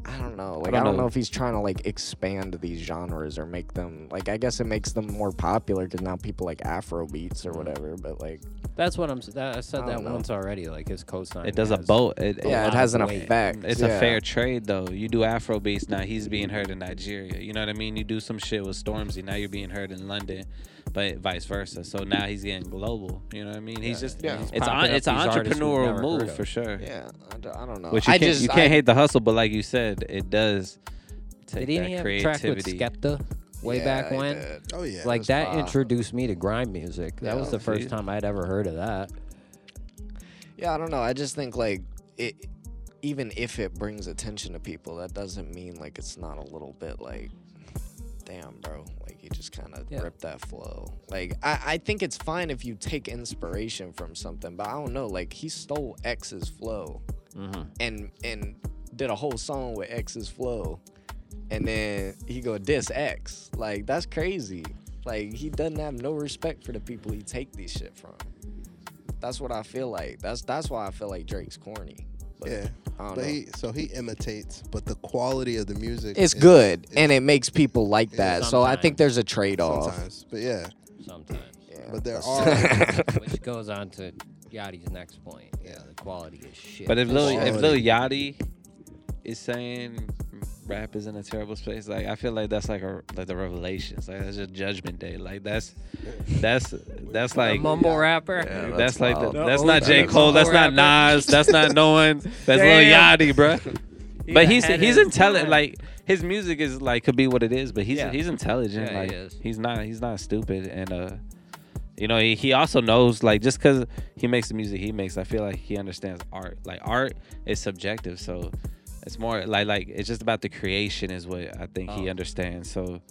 Speaker 4: I don't know. Like I don't,
Speaker 3: don't
Speaker 4: know.
Speaker 3: know.
Speaker 4: if he's trying to like expand these genres or make them like I guess it makes them more popular because now people like Afro beats or
Speaker 2: Mm.
Speaker 4: whatever. But like
Speaker 2: That's what I'm. s- That, I said
Speaker 4: I
Speaker 2: that
Speaker 4: don't know.
Speaker 2: once already. Like his cosign.
Speaker 3: It does a
Speaker 2: has-
Speaker 3: boat. It, it-
Speaker 4: yeah,
Speaker 2: lot of
Speaker 4: it has an
Speaker 2: weight.
Speaker 4: effect.
Speaker 3: It's
Speaker 4: yeah.
Speaker 3: a fair trade though. You do Afro beats now, he's being heard in Nigeria. You know what I mean? You do some shit with Stormzy, now you're being heard in London, but vice versa. So now he's getting global. You know what I mean? He's just
Speaker 4: Yeah.
Speaker 3: it's
Speaker 2: He's popping
Speaker 3: on,
Speaker 2: up
Speaker 3: it's an
Speaker 2: these artists we've
Speaker 3: entrepreneurial
Speaker 2: never heard
Speaker 3: move
Speaker 2: of.
Speaker 3: for sure.
Speaker 4: Yeah, I d- I don't know.
Speaker 3: Which you
Speaker 4: I
Speaker 3: can't
Speaker 4: just
Speaker 3: you can't
Speaker 4: I,
Speaker 3: hate the hustle, but like you said, it does take
Speaker 2: Did he
Speaker 3: that
Speaker 2: have a track with
Speaker 3: creativity.
Speaker 2: Skepta way
Speaker 4: Yeah,
Speaker 2: back
Speaker 4: I
Speaker 2: when?
Speaker 4: did.
Speaker 1: Oh yeah.
Speaker 2: like
Speaker 4: was
Speaker 2: that
Speaker 4: fire.
Speaker 2: introduced me to grime music. That was
Speaker 4: Yeah.
Speaker 2: the first
Speaker 3: See?
Speaker 2: time I'd ever heard of that.
Speaker 4: Yeah, I don't know. I just think like it, even if it brings attention to people, that doesn't mean like it's not a little bit like, damn, bro. Like you just kind of
Speaker 2: Yeah.
Speaker 4: ripped that flow. Like I, I think it's fine if you take inspiration from something, but I don't know. Like he stole X's flow and and did a whole song with X's flow, and then he go diss X. Like that's crazy. Like he doesn't have no respect for the people he take these shit from. That's what I feel like. That's that's why I feel like Drake's corny. But
Speaker 1: yeah.
Speaker 4: I don't
Speaker 1: But
Speaker 4: know.
Speaker 1: he, so he imitates, but the quality of the music
Speaker 4: it's
Speaker 1: is-
Speaker 4: good
Speaker 1: is
Speaker 4: and it makes people like that. So I think
Speaker 2: sometimes.
Speaker 4: there's a trade off.
Speaker 1: sometimes. But yeah.
Speaker 2: Sometimes,
Speaker 4: Yeah.
Speaker 1: But there
Speaker 4: that's-
Speaker 2: which goes on to Yachty's next point. Yeah, the quality is shit.
Speaker 3: But if Lil, if
Speaker 1: Quality.
Speaker 3: Lil Yachty is saying rap is in a terrible space, like I feel like that's like a like the revelations, like that's just judgment day, like that's that's that's like
Speaker 2: a mumble rapper,
Speaker 4: Yeah,
Speaker 3: that's,
Speaker 4: that's
Speaker 3: like the,
Speaker 4: wild.
Speaker 3: that's
Speaker 2: The
Speaker 3: not
Speaker 2: only
Speaker 3: J
Speaker 2: mumble
Speaker 3: Cole, that's not
Speaker 2: rapper.
Speaker 3: Nas, that's not no one, that's
Speaker 2: Damn.
Speaker 3: Lil Yachty, bruh. But
Speaker 2: done
Speaker 3: he's
Speaker 2: had
Speaker 3: he's
Speaker 2: his
Speaker 3: intelligent.
Speaker 2: time.
Speaker 3: Like his music is like could be what it is, but he's
Speaker 2: Yeah.
Speaker 3: he's intelligent.
Speaker 2: Yeah, he
Speaker 3: like
Speaker 2: is.
Speaker 3: he's not he's not stupid, and uh, you know he, he also knows like just because he makes the music he makes, I feel like he understands art. Like art is subjective, so it's more like like it's just about the creation is what I think he
Speaker 2: Oh.
Speaker 3: understands. So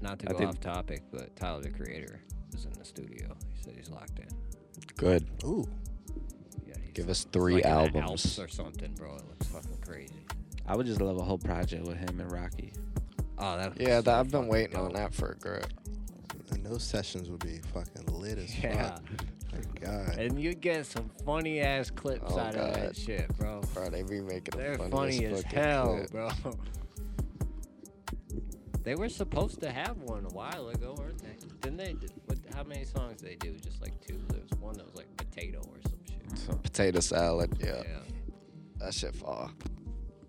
Speaker 2: not to
Speaker 3: I
Speaker 2: go
Speaker 3: think-
Speaker 2: off topic, but Tyler the Creator is in the studio. He said he's locked in.
Speaker 4: good.
Speaker 1: Ooh.
Speaker 2: Yeah, he's
Speaker 4: Give us
Speaker 2: it's
Speaker 4: three
Speaker 2: like in the
Speaker 4: albums.
Speaker 2: Alps or something, bro. It looks fucking crazy.
Speaker 3: I would just love a whole project with him and Rocky.
Speaker 2: Oh, that
Speaker 4: Yeah, that, I've been waiting on that for a grip.
Speaker 1: And those sessions would be fucking lit as
Speaker 2: Yeah,
Speaker 1: fuck. My God.
Speaker 2: Ah, and you get some funny ass clips
Speaker 4: Oh,
Speaker 2: out of
Speaker 4: God.
Speaker 2: that shit, bro.
Speaker 4: Bro, they be making
Speaker 2: They're
Speaker 4: the
Speaker 2: funny as
Speaker 4: funniest fucking
Speaker 2: hell,
Speaker 4: clip.
Speaker 2: bro. They were supposed to have one a while ago, weren't they? Didn't they? d- What, how many songs did they do? Just like two. There was one that was like potato or some shit.
Speaker 3: So
Speaker 4: Potato salad, yeah,
Speaker 2: Yeah.
Speaker 4: that shit fall.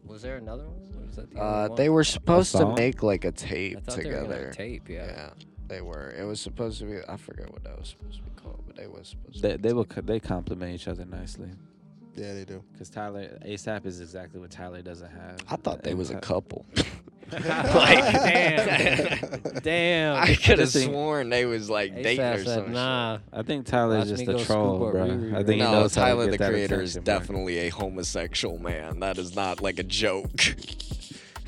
Speaker 2: Was there another one? Or was that the only
Speaker 4: Uh,
Speaker 2: one?
Speaker 4: they were supposed to
Speaker 3: song?
Speaker 4: make like a
Speaker 2: I
Speaker 4: tape
Speaker 2: thought they were
Speaker 4: together.
Speaker 2: gonna tape. Yeah.
Speaker 4: Yeah, they were. It was supposed to be. I forget what that was supposed to be called, but they was supposed.
Speaker 3: they
Speaker 4: to
Speaker 3: they will they complement each other nicely
Speaker 1: Yeah, they do.
Speaker 3: because Tyler ASAP is exactly what Tyler doesn't have.
Speaker 4: I thought they
Speaker 3: And
Speaker 4: was a
Speaker 3: Ty-
Speaker 4: couple. like,
Speaker 2: Damn. Damn.
Speaker 4: I could have
Speaker 3: This thing-
Speaker 4: sworn they was like dating
Speaker 2: ASAP
Speaker 4: or
Speaker 2: said,
Speaker 4: something.
Speaker 2: nah.
Speaker 3: I think Tyler's
Speaker 2: Watch
Speaker 3: just
Speaker 2: me
Speaker 3: a
Speaker 2: go
Speaker 3: troll,
Speaker 2: scoop up
Speaker 3: bro.
Speaker 2: Riri,
Speaker 3: I
Speaker 2: right?
Speaker 3: think he
Speaker 4: No,
Speaker 3: knows how to
Speaker 4: Tyler
Speaker 3: get
Speaker 4: the
Speaker 3: that
Speaker 4: Creator is
Speaker 3: attention, bro.
Speaker 4: definitely a homosexual man. That is not like a joke.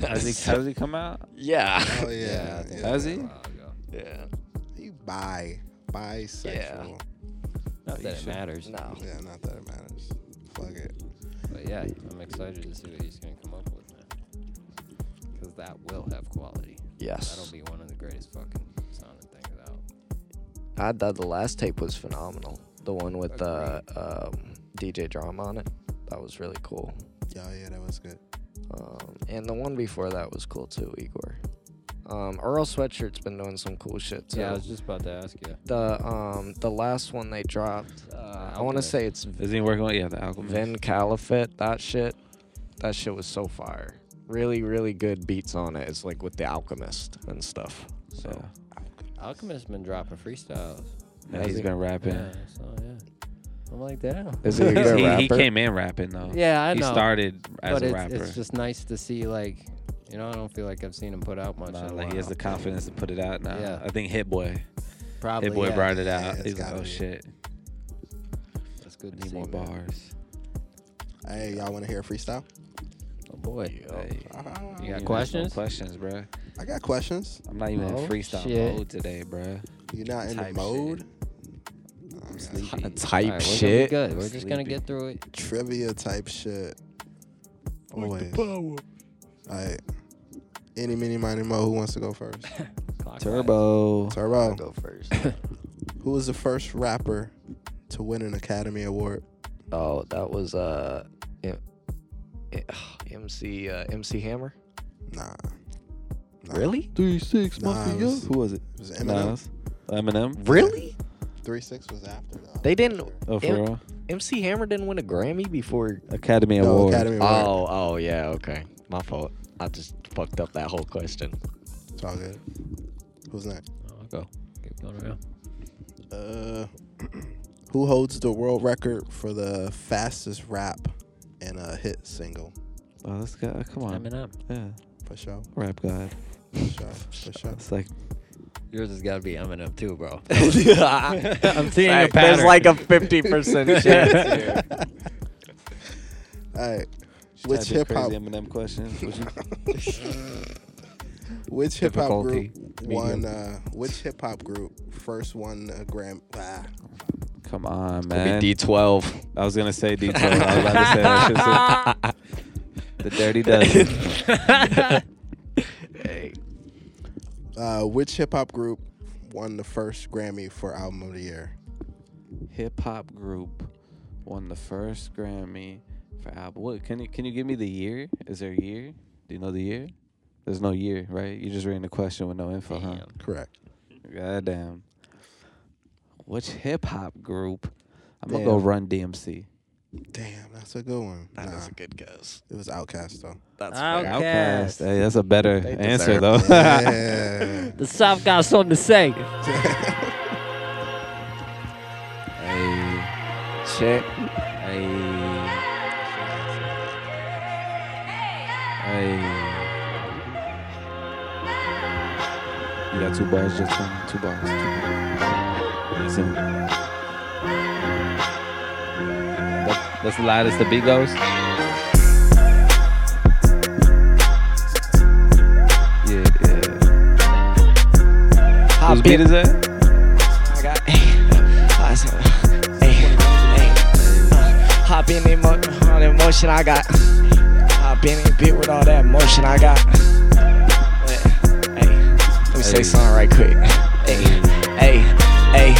Speaker 3: Has he, has he come out?
Speaker 4: yeah.
Speaker 1: Oh yeah. yeah,
Speaker 3: Has he?
Speaker 4: Yeah.
Speaker 1: He bi, bisexual. Yeah.
Speaker 4: Yeah.
Speaker 2: Not that it matters.
Speaker 4: No.
Speaker 1: not that it matters. Fuck it.
Speaker 2: But yeah, I'm excited to see what he's going to come up with, man. Because that will have quality. That'll
Speaker 4: Yes.
Speaker 2: be one of the greatest fucking sounding things out.
Speaker 4: I thought the last tape was phenomenal. The one with uh, um, DJ Drama on it. That was really cool.
Speaker 1: Oh yeah, that was good.
Speaker 4: Um, and the one before that was cool too, Igor. Um, Earl Sweatshirt's been doing some cool shit too.
Speaker 2: Yeah, I was just about to ask you.
Speaker 4: the um the last one they dropped,
Speaker 2: Uh,
Speaker 4: I want to say it's
Speaker 3: Is he working on yeah the album?
Speaker 4: Vin Califit. That shit, that shit was so fire. Really, really good beats on it. It's like with the Alchemist and stuff. So
Speaker 3: So
Speaker 2: Alchemist's been dropping freestyles.
Speaker 3: yeah, he's been rapping.
Speaker 2: Yeah, so yeah. I'm like, damn.
Speaker 4: is he a good
Speaker 3: he,
Speaker 4: rapper?
Speaker 3: he came in rapping though.
Speaker 2: Yeah, I
Speaker 3: he
Speaker 2: know.
Speaker 3: started as
Speaker 2: but
Speaker 3: a
Speaker 2: it's,
Speaker 3: rapper.
Speaker 2: it's just nice to see, like, you know, I don't feel like I've seen him put out much.
Speaker 3: Nah,
Speaker 2: in a
Speaker 3: like he has
Speaker 2: while.
Speaker 3: the confidence to put it out now.
Speaker 2: Yeah.
Speaker 3: I think Hit Boy,
Speaker 2: Probably.
Speaker 3: Hit Boy
Speaker 2: yeah.
Speaker 3: brought it
Speaker 1: Yeah,
Speaker 3: out.
Speaker 1: it's
Speaker 3: he's like,
Speaker 1: gotta
Speaker 3: oh
Speaker 1: be.
Speaker 3: shit,
Speaker 2: That's good
Speaker 3: I
Speaker 2: to
Speaker 3: need
Speaker 2: see.
Speaker 3: more
Speaker 2: man.
Speaker 3: bars.
Speaker 1: Hey, y'all want to hear a freestyle?
Speaker 2: Oh boy.
Speaker 3: Hey,
Speaker 2: You
Speaker 3: ain't
Speaker 2: got
Speaker 3: asked no
Speaker 2: questions?
Speaker 3: questions, bro.
Speaker 1: I got questions.
Speaker 3: I'm not even
Speaker 2: Oh,
Speaker 3: in freestyle
Speaker 2: shit.
Speaker 3: mode today, bro.
Speaker 1: You're not in the
Speaker 3: Type
Speaker 1: mode.
Speaker 3: I'm
Speaker 2: All
Speaker 3: sleepy.
Speaker 4: Type
Speaker 2: right, we're gonna be
Speaker 4: shit.
Speaker 2: good. We're just gonna
Speaker 3: Sleepy.
Speaker 2: get through it.
Speaker 1: Trivia type shit. Always. All right. Any, mini, miny, mo. Who wants to go first?
Speaker 2: Clockwise.
Speaker 3: Turbo.
Speaker 1: Turbo.
Speaker 4: Go first.
Speaker 1: Who was the first rapper to win an Academy Award?
Speaker 4: oh, that was uh, M- eh, MC uh, MC Hammer.
Speaker 1: Nah. Nah.
Speaker 4: Really?
Speaker 3: Three six
Speaker 1: Nah, it was-
Speaker 3: Who was it?
Speaker 1: It was Eminem.
Speaker 3: Nas. Eminem.
Speaker 4: Really?
Speaker 1: Three Six was after though.
Speaker 4: They didn't.
Speaker 3: Oh, for
Speaker 4: M-
Speaker 3: real?
Speaker 4: MC Hammer didn't win a Grammy before.
Speaker 3: Academy
Speaker 1: No,
Speaker 3: Award.
Speaker 1: Academy Award.
Speaker 4: Oh, oh yeah, okay. My fault. I just fucked up that whole question.
Speaker 1: It's all good. Who's next?
Speaker 2: Oh, I'll go. Keep going around.
Speaker 1: Uh, who holds the world record for the fastest rap and a hit single?
Speaker 3: Oh, this guy. Come on.
Speaker 2: Eminem.
Speaker 3: Yeah.
Speaker 1: For sure.
Speaker 3: Rap God.
Speaker 1: For sure. For sure.
Speaker 3: It's like
Speaker 2: Yours has got to be Eminem too, bro.
Speaker 4: I'm
Speaker 3: seeing a
Speaker 4: There's
Speaker 3: pattern.
Speaker 4: like a 50% chance. here.
Speaker 1: All right.
Speaker 3: Should
Speaker 1: Which
Speaker 3: I do
Speaker 1: hip hop?
Speaker 3: Crazy Eminem questions. Would you-
Speaker 1: Which hip hop group
Speaker 3: Difficulty.
Speaker 1: won? Uh, which hip hop group first won a Grammy? Ah,
Speaker 3: Come on, man.
Speaker 4: Could be D12.
Speaker 3: I was gonna say D12. I was about to say that shit soon. The Dirty Dozen.
Speaker 4: Hey.
Speaker 1: uh, which hip hop group won the first Grammy for album of the year?
Speaker 3: hip hop group won the first Grammy for album. What can you can you give me the year? Is there a year? Do you know the year? There's no year, right? You're just reading the question with no info, huh?
Speaker 1: Correct.
Speaker 3: Goddamn. Which hip hop group? I'm gonna go Run DMC.
Speaker 1: Damn, that's a good one.
Speaker 4: That
Speaker 1: nah,
Speaker 4: is a good guess.
Speaker 1: it was Outcast though.
Speaker 4: That's
Speaker 2: Ow.
Speaker 4: fair.
Speaker 2: Outkast.
Speaker 3: Outkast. Hey, that's a better answer
Speaker 4: deserve
Speaker 3: though.
Speaker 1: Yeah.
Speaker 2: The South got something to say.
Speaker 3: hey,
Speaker 4: Check.
Speaker 3: hey, hey. You got two bars, just one, two bars. Two bars. Listen. That- That's the loudest the beat goes. Yeah, yeah.
Speaker 4: Hop
Speaker 3: Whose
Speaker 4: in.
Speaker 3: beat is that?
Speaker 4: I got. I said, hey, hey, uh, hop in the mo- all the motion I got. Hop in the beat with all that motion I got. Hey, hey, let me say
Speaker 3: Hey.
Speaker 4: something right quick. Hey, hey, hey.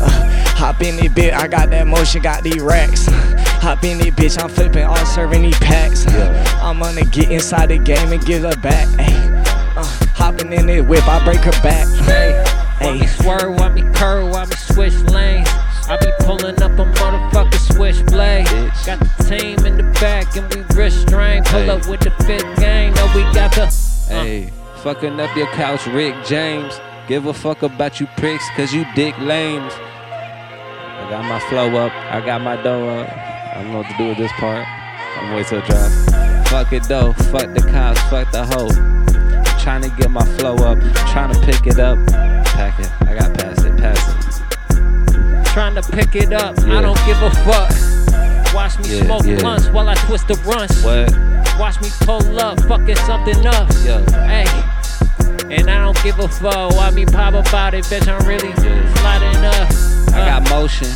Speaker 4: uh, Hop in the bit, I got that motion, got these racks. Hop in the bitch, I'm flipping, all serving these packs. I'm gonna get inside the game and give her back. Hey, uh, hopping in the whip, I break her back.
Speaker 5: Want
Speaker 4: Hey,
Speaker 5: me swerve, want me curve, want me switch lanes. I be pulling up a motherfucking switchblade.
Speaker 3: Bitch.
Speaker 5: Got the team in the back and we restrain. Pull
Speaker 3: Hey.
Speaker 5: up with the fifth gang. No, we got the. uh,
Speaker 3: Hey, fucking up your couch, Rick James. Give a fuck about you pricks, cause you dick lames. I got my flow up, I got my dough up. I don't know what to do with this part. I'm way so drunk. Fuck it though, fuck the cops, fuck the hoe. trying to get my flow up, trying to pick it up. Pack it. I got past it, pass
Speaker 2: Trying to pick it up,
Speaker 3: Yeah.
Speaker 2: I don't give a fuck. Watch me
Speaker 3: Yeah,
Speaker 2: smoke
Speaker 3: yeah.
Speaker 2: blunts while I twist the runs.
Speaker 3: it. What?
Speaker 2: Watch me pull up, fucking something up.
Speaker 3: Yo.
Speaker 2: Hey, and I don't give a fuck. I mean, pop about it, bitch. I'm really
Speaker 3: Yeah.
Speaker 2: sliding up.
Speaker 3: I
Speaker 2: Uh.
Speaker 3: got motion.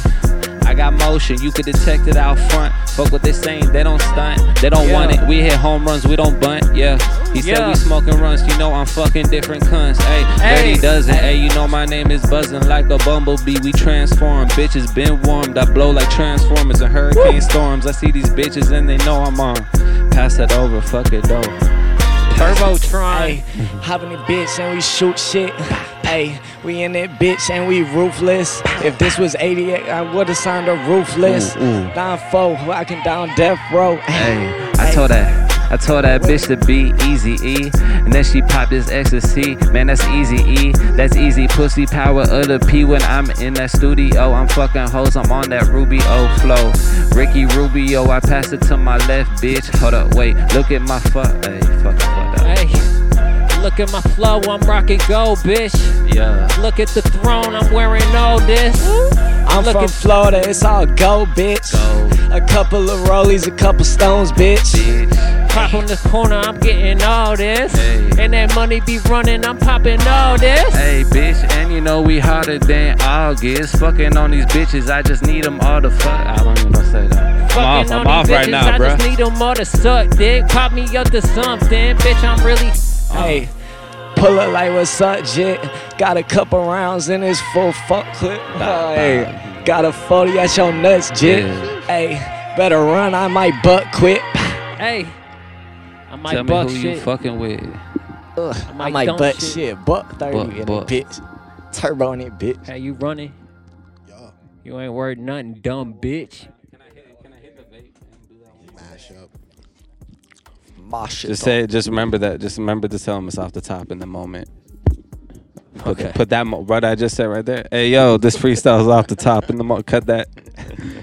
Speaker 3: I got motion. You could detect it out front. Fuck what they saying. They don't stunt. They don't
Speaker 2: Yeah.
Speaker 3: want it. We hit home runs. We don't bunt. Yeah. He said
Speaker 2: Yeah.
Speaker 3: we smoking runs. You know I'm fucking different cunts. Hey,
Speaker 2: Ayy.
Speaker 3: dirty dozen. Hey, you know my name is buzzing like a bumblebee. We transform. Bitches been warmed. I blow like transformers and hurricane storms. I see these bitches and they know I'm on. Pass that over. Fuck it though.
Speaker 2: Turbotron.
Speaker 4: Hey, hop in the bitch and we shoot shit. Hey, we in that bitch and we ruthless. If this was 88, I would've signed a ruthless.
Speaker 3: Ooh, ooh.
Speaker 4: Down foe, I can down death row.
Speaker 3: Ayy, I told that. I told that bitch to be easy E. And then she popped this ecstasy. Man, that's easy E. That's easy pussy power of the P when I'm in that studio. I'm fucking hoes. I'm on that Rubio flow. Ricky Rubio, I pass it to my left, bitch. Hold up, wait. Look at my fuck. Ayy, fuck, fuck that.
Speaker 2: Hey, look at my flow. I'm rocking gold, bitch.
Speaker 3: Yeah.
Speaker 2: Look at the throne, I'm wearing all this.
Speaker 4: I'm
Speaker 2: Look
Speaker 4: from
Speaker 2: at-
Speaker 4: Florida, it's all go, bitch.
Speaker 3: Go,
Speaker 4: A couple of rollies, a couple stones, bitch.
Speaker 3: bitch.
Speaker 2: Pop on the corner, I'm getting all this.
Speaker 3: Hey.
Speaker 2: And that money be running, I'm popping all this.
Speaker 3: Hey, bitch, and you know we hotter than August. Fucking on these bitches, I just need them all to fuck. I don't even know say that. I'm off,
Speaker 2: Fucking
Speaker 3: I'm
Speaker 2: on
Speaker 3: off
Speaker 2: these
Speaker 3: right
Speaker 2: bitches,
Speaker 3: now,
Speaker 2: I
Speaker 3: bruh.
Speaker 2: just need them all to suck dick. Pop me up to something, bitch, I'm really.
Speaker 3: uh.
Speaker 4: Hey, pull up like what's up, jit. Got a couple rounds in this full fuck clip.
Speaker 3: Nah,
Speaker 4: Hey,
Speaker 3: nah.
Speaker 4: got a 40 at your nuts, jit.
Speaker 3: Yeah.
Speaker 4: Hey, better run, I might butt quit.
Speaker 2: Hey, I might
Speaker 3: Tell me
Speaker 2: buck
Speaker 3: who
Speaker 2: shit.
Speaker 3: you fucking with.
Speaker 4: Ugh,
Speaker 2: might
Speaker 4: I might
Speaker 2: dump
Speaker 4: butt
Speaker 2: shit.
Speaker 4: shit. Buck 30
Speaker 3: Buck,
Speaker 4: in it,
Speaker 3: buck.
Speaker 4: bitch. Turbo in it, bitch.
Speaker 2: Hey, you running?
Speaker 1: Yo,
Speaker 2: You ain't worried nothing, dumb bitch.
Speaker 1: mash up.
Speaker 4: My shit.
Speaker 3: Just say, just remember that. Just remember to tell them it's off the top in the moment. Put,
Speaker 2: Okay.
Speaker 3: put that mo- what I just said right there. Hey yo, this freestyle's off the top in the moment. Cut that.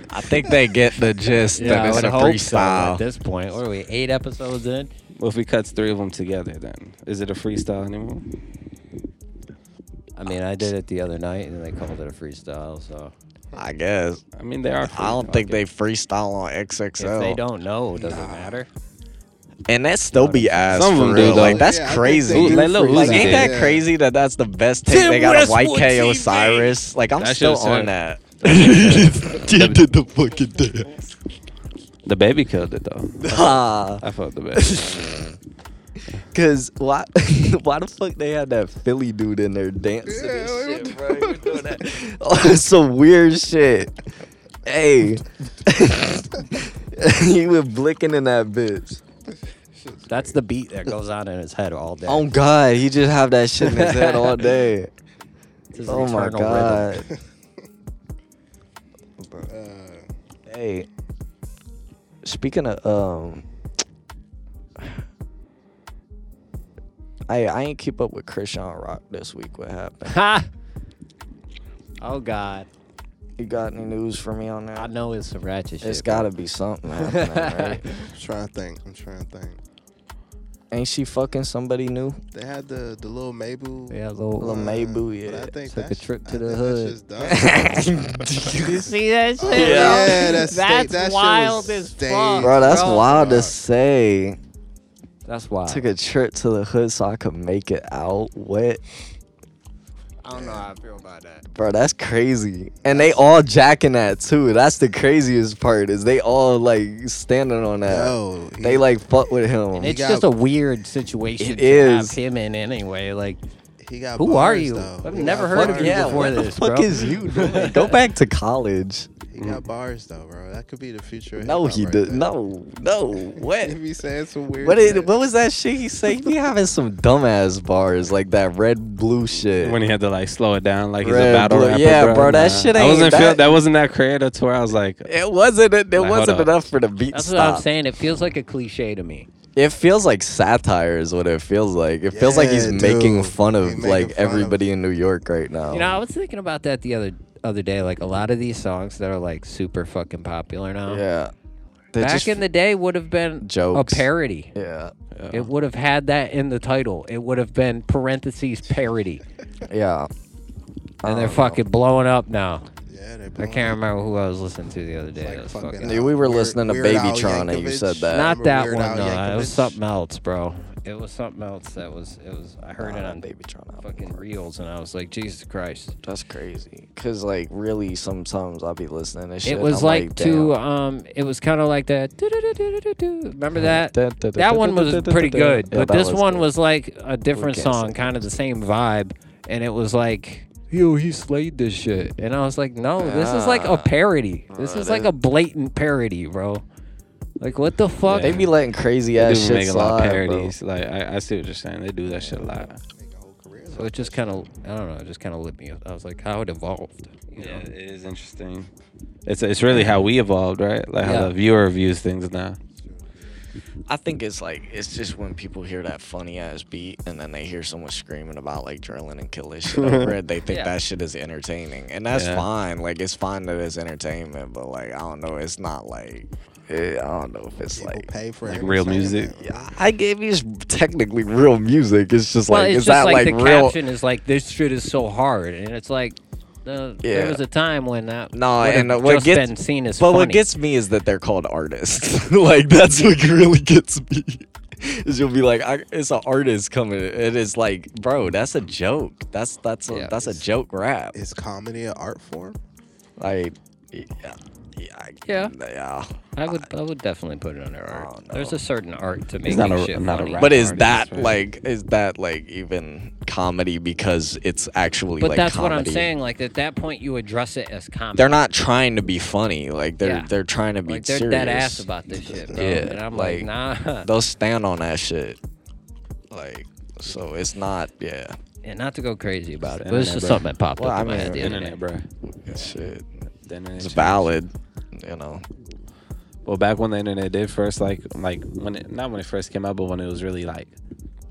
Speaker 4: I think they get the gist
Speaker 2: Yeah, I
Speaker 4: that it's
Speaker 2: would
Speaker 4: a
Speaker 2: hope so at
Speaker 4: freestyle.
Speaker 2: this point. What are we, eight episodes in?
Speaker 3: Well, if we cuts three of them together, then is it a freestyle anymore?
Speaker 2: I mean, I did it the other night and they called it a freestyle, so.
Speaker 4: I guess.
Speaker 3: I mean, they are.
Speaker 4: I don't
Speaker 3: freestyle.
Speaker 4: think they freestyle on XXL.
Speaker 2: If they don't know, does it matter?
Speaker 4: And that still be ass.
Speaker 3: Some of
Speaker 4: for
Speaker 3: them do,
Speaker 4: real.
Speaker 3: though.
Speaker 4: Like that's
Speaker 1: Yeah, I think
Speaker 4: crazy.
Speaker 1: they do
Speaker 3: Like, Lil
Speaker 1: freestyle.
Speaker 4: Like, ain't that
Speaker 1: Yeah.
Speaker 4: crazy that that's the best take
Speaker 3: Tim
Speaker 4: they got of White
Speaker 3: Westwood
Speaker 4: K
Speaker 3: TV.
Speaker 4: Osiris? Like, I'm
Speaker 3: That
Speaker 4: still
Speaker 3: shit's hard.
Speaker 4: on that.
Speaker 1: you did the fucking dance.
Speaker 3: The baby killed it though.
Speaker 4: Ah,
Speaker 3: I felt the baby.
Speaker 4: Cause why, why the fuck they had that Philly dude in there dancing and
Speaker 1: Yeah,
Speaker 4: shit,
Speaker 1: like,
Speaker 4: bro? He was doing that. Oh, that's some weird shit. Hey, he was blicking in that bitch.
Speaker 2: That's the beat that goes on in his head all day.
Speaker 4: Oh God, he just have that shit in his head all day.
Speaker 2: It's his
Speaker 4: Oh my
Speaker 2: eternal rhythm.
Speaker 4: God.
Speaker 1: Uh,
Speaker 4: Hey, speaking of um, I I ain't keep up with Christian Rock this week. What happened?
Speaker 2: Ha! Oh God,
Speaker 4: You got any news for me on that?
Speaker 2: I know it's some ratchet shit.
Speaker 4: It's gotta be something happening, right?
Speaker 1: I'm trying to think. I'm trying to think.
Speaker 4: Ain't she fucking somebody new?
Speaker 1: They had the the little Mabu.
Speaker 2: Yeah,
Speaker 4: Lil
Speaker 2: little.
Speaker 1: uh,
Speaker 4: Mabu, yeah.
Speaker 1: But I think
Speaker 2: Took a
Speaker 1: that's-
Speaker 2: trip to
Speaker 1: I
Speaker 2: the
Speaker 1: think
Speaker 2: hood.
Speaker 1: That's just done.
Speaker 2: You see that shit?
Speaker 4: Yeah.
Speaker 2: bro?
Speaker 1: Yeah, that's sta-
Speaker 2: that's
Speaker 1: that shit was
Speaker 2: wild as fuck,
Speaker 1: staged,
Speaker 4: Bro, that's wild to
Speaker 1: Fuck.
Speaker 4: say.
Speaker 2: That's wild.
Speaker 4: Took a trip to the hood so I could make it out wet.
Speaker 2: I don't know how I feel about that.
Speaker 4: Bro, that's crazy. And they all jacking that too. That's the craziest part is they all like standing on that.
Speaker 1: Yo, he-
Speaker 4: they like fuck with him.
Speaker 2: It's
Speaker 1: got-
Speaker 2: just a weird situation
Speaker 4: It
Speaker 2: to have
Speaker 4: is.
Speaker 2: him in anyway. Like,
Speaker 1: He got
Speaker 2: who are
Speaker 1: bars,
Speaker 2: you?
Speaker 1: Though.
Speaker 2: I've
Speaker 1: He
Speaker 2: never
Speaker 1: got
Speaker 2: heard of you
Speaker 1: bars.
Speaker 4: yeah,
Speaker 2: before
Speaker 4: what the
Speaker 2: this,
Speaker 4: fuck
Speaker 2: bro.
Speaker 4: is you doing? Go back to college.
Speaker 1: He got bars though, bro. That could be the future. of
Speaker 4: Mm-hmm. No,
Speaker 1: hip-hop
Speaker 4: he
Speaker 1: right
Speaker 4: did.
Speaker 1: there.
Speaker 4: No, no. What?
Speaker 1: He be saying some weird.
Speaker 4: What,
Speaker 1: shit.
Speaker 4: is, what was that shit he said? He be having some dumbass bars like that red blue shit.
Speaker 3: when he had to like slow it down, like he's a
Speaker 4: Red
Speaker 3: battle
Speaker 4: blue-
Speaker 3: rapper.
Speaker 4: yeah, bro, that shit
Speaker 3: I
Speaker 4: ain't
Speaker 3: wasn't feel,
Speaker 4: that-
Speaker 3: that wasn't that creative to where I was like,
Speaker 4: it wasn't. It, it
Speaker 3: hold
Speaker 4: wasn't
Speaker 3: up.
Speaker 4: enough for the beat
Speaker 2: That's
Speaker 4: stop.
Speaker 2: what I'm saying. It feels like a cliche to me.
Speaker 4: It feels like satire is what it feels like. It feels like he's
Speaker 1: Yeah,
Speaker 4: making
Speaker 1: dude.
Speaker 4: fun
Speaker 1: He
Speaker 4: of
Speaker 1: making
Speaker 4: like
Speaker 1: fun of-
Speaker 4: everybody in New York right now.
Speaker 2: You know, I was thinking about that the other other day. Like a lot of these songs that are like super fucking popular now.
Speaker 4: yeah. They
Speaker 2: back
Speaker 4: just-
Speaker 2: in the day would have been
Speaker 4: Jokes.
Speaker 2: a parody.
Speaker 4: Yeah.
Speaker 2: It would have had that in the title. It would have been parentheses parody.
Speaker 4: Yeah. I
Speaker 2: And they're
Speaker 4: don't know.
Speaker 2: fucking blowing up now.
Speaker 1: Yeah, they
Speaker 2: I
Speaker 1: blowing
Speaker 2: can't remember who I was listening to the other day.
Speaker 1: like
Speaker 2: that was
Speaker 1: fucking
Speaker 2: fucking-
Speaker 1: Al-
Speaker 4: Yeah, we were
Speaker 1: Weird-
Speaker 4: listening to
Speaker 1: Weird Al
Speaker 4: Baby Tron and you
Speaker 1: Yankovic.
Speaker 4: said that.
Speaker 1: Remember
Speaker 2: Not that
Speaker 1: Weird
Speaker 2: one.
Speaker 1: Al
Speaker 2: No, it was
Speaker 1: Yankovic?
Speaker 2: something else, bro. It was something else that was. It was. I heard it
Speaker 4: Nah,
Speaker 2: on
Speaker 4: Baby Tron album
Speaker 2: fucking reels, and I was like, Jesus Christ.
Speaker 4: That's crazy. Cause like really, sometimes I'll be listening to shit.
Speaker 2: It
Speaker 4: and
Speaker 2: was
Speaker 4: I'm
Speaker 2: like
Speaker 4: damn.
Speaker 2: two. Um, it was kind of like that. doo-doo-doo-doo-doo-doo. Remember that?
Speaker 4: Dun, dun, dun,
Speaker 2: That one
Speaker 4: dun,
Speaker 2: was
Speaker 4: dun, dun,
Speaker 2: pretty
Speaker 4: dun, dun.
Speaker 2: good,
Speaker 4: Yeah,
Speaker 2: but
Speaker 4: that
Speaker 2: this one
Speaker 4: good.
Speaker 2: was like a different
Speaker 4: can't say
Speaker 2: song, kind of the same vibe, and it was like. Yo, he slayed this shit, Ah. and I was like, "No, this is like a parody. This is like a blatant parody, bro. Like, what the fuck?"
Speaker 4: They be letting crazy
Speaker 3: They
Speaker 4: ass
Speaker 3: do
Speaker 4: shit
Speaker 3: make a lot of
Speaker 4: slide, bro.
Speaker 3: parodies. Like I, I see what you're saying. They do that shit a lot.
Speaker 2: So it just kind of, I don't know, it just kind of lit me up. I was like, how it evolved. You
Speaker 3: Yeah,
Speaker 2: know?
Speaker 3: it is interesting. It's it's really how we evolved, right? Like
Speaker 2: Yeah.
Speaker 3: how the viewer views things now.
Speaker 4: I think it's like it's just when people hear that funny ass beat and then they hear someone screaming about like drilling and killing shit over it, they think
Speaker 2: Yeah.
Speaker 4: that shit is entertaining, and that's
Speaker 3: Yeah.
Speaker 4: fine. Like it's fine that it's entertainment, but like I don't know, it's not like eh, I don't know if it's
Speaker 1: People
Speaker 4: like.
Speaker 1: pay for
Speaker 3: Like
Speaker 1: every
Speaker 3: real
Speaker 1: song in
Speaker 3: music.
Speaker 1: that.
Speaker 4: Yeah, I gave you technically real music. It's just
Speaker 2: well,
Speaker 4: like
Speaker 2: it's
Speaker 4: is that
Speaker 2: just like,
Speaker 4: like,
Speaker 2: the
Speaker 4: real?
Speaker 2: caption is like, this shit is so hard. And it's like, uh, there
Speaker 4: Yeah.
Speaker 2: was a time when that
Speaker 4: No,
Speaker 2: would've
Speaker 4: and uh, what
Speaker 2: just
Speaker 4: gets
Speaker 2: been seen as
Speaker 4: but
Speaker 2: funny.
Speaker 4: what gets me is that they're called artists. like that's what really gets me. Is you'll be like, I, it's an artist coming, and it's like, bro, that's a joke. That's that's a,
Speaker 2: Yeah,
Speaker 4: that's a
Speaker 2: it's-
Speaker 4: joke rap.
Speaker 1: Is comedy an art form?
Speaker 4: Like, yeah, yeah, I-
Speaker 2: Yeah.
Speaker 4: yeah.
Speaker 2: I would, I would definitely put it under art.
Speaker 4: don't know.
Speaker 2: There's a certain art to
Speaker 3: not
Speaker 2: making
Speaker 3: a-
Speaker 2: shit
Speaker 3: not a
Speaker 2: funny.
Speaker 3: rap.
Speaker 4: But is
Speaker 3: artist,
Speaker 4: that
Speaker 3: right.
Speaker 4: like is that like even comedy because it's actually
Speaker 2: but
Speaker 4: like
Speaker 2: that's
Speaker 4: comedy?
Speaker 2: what I'm saying. Like at that point, you address it as comedy.
Speaker 4: They're not trying to be funny. Like they're
Speaker 2: Yeah.
Speaker 4: they're trying to be
Speaker 2: like they're
Speaker 4: serious.
Speaker 2: dead ass about this shit, bro.
Speaker 4: Yeah,
Speaker 2: and I'm like,
Speaker 4: like,
Speaker 2: nah.
Speaker 4: They'll stand on that shit. Like so, it's not yeah.
Speaker 2: and not to go crazy about it,
Speaker 3: Just
Speaker 2: but it's
Speaker 3: internet,
Speaker 2: just
Speaker 3: bro.
Speaker 2: something that popped
Speaker 4: Well,
Speaker 2: up
Speaker 4: I
Speaker 2: in my
Speaker 4: mean,
Speaker 2: head the other day.
Speaker 3: Internet, bro.
Speaker 4: Shit.
Speaker 3: The internet
Speaker 4: It's
Speaker 3: changed.
Speaker 4: valid, you know.
Speaker 3: Well, back when the internet did first, like like when it, not when it first came out, but when it was really like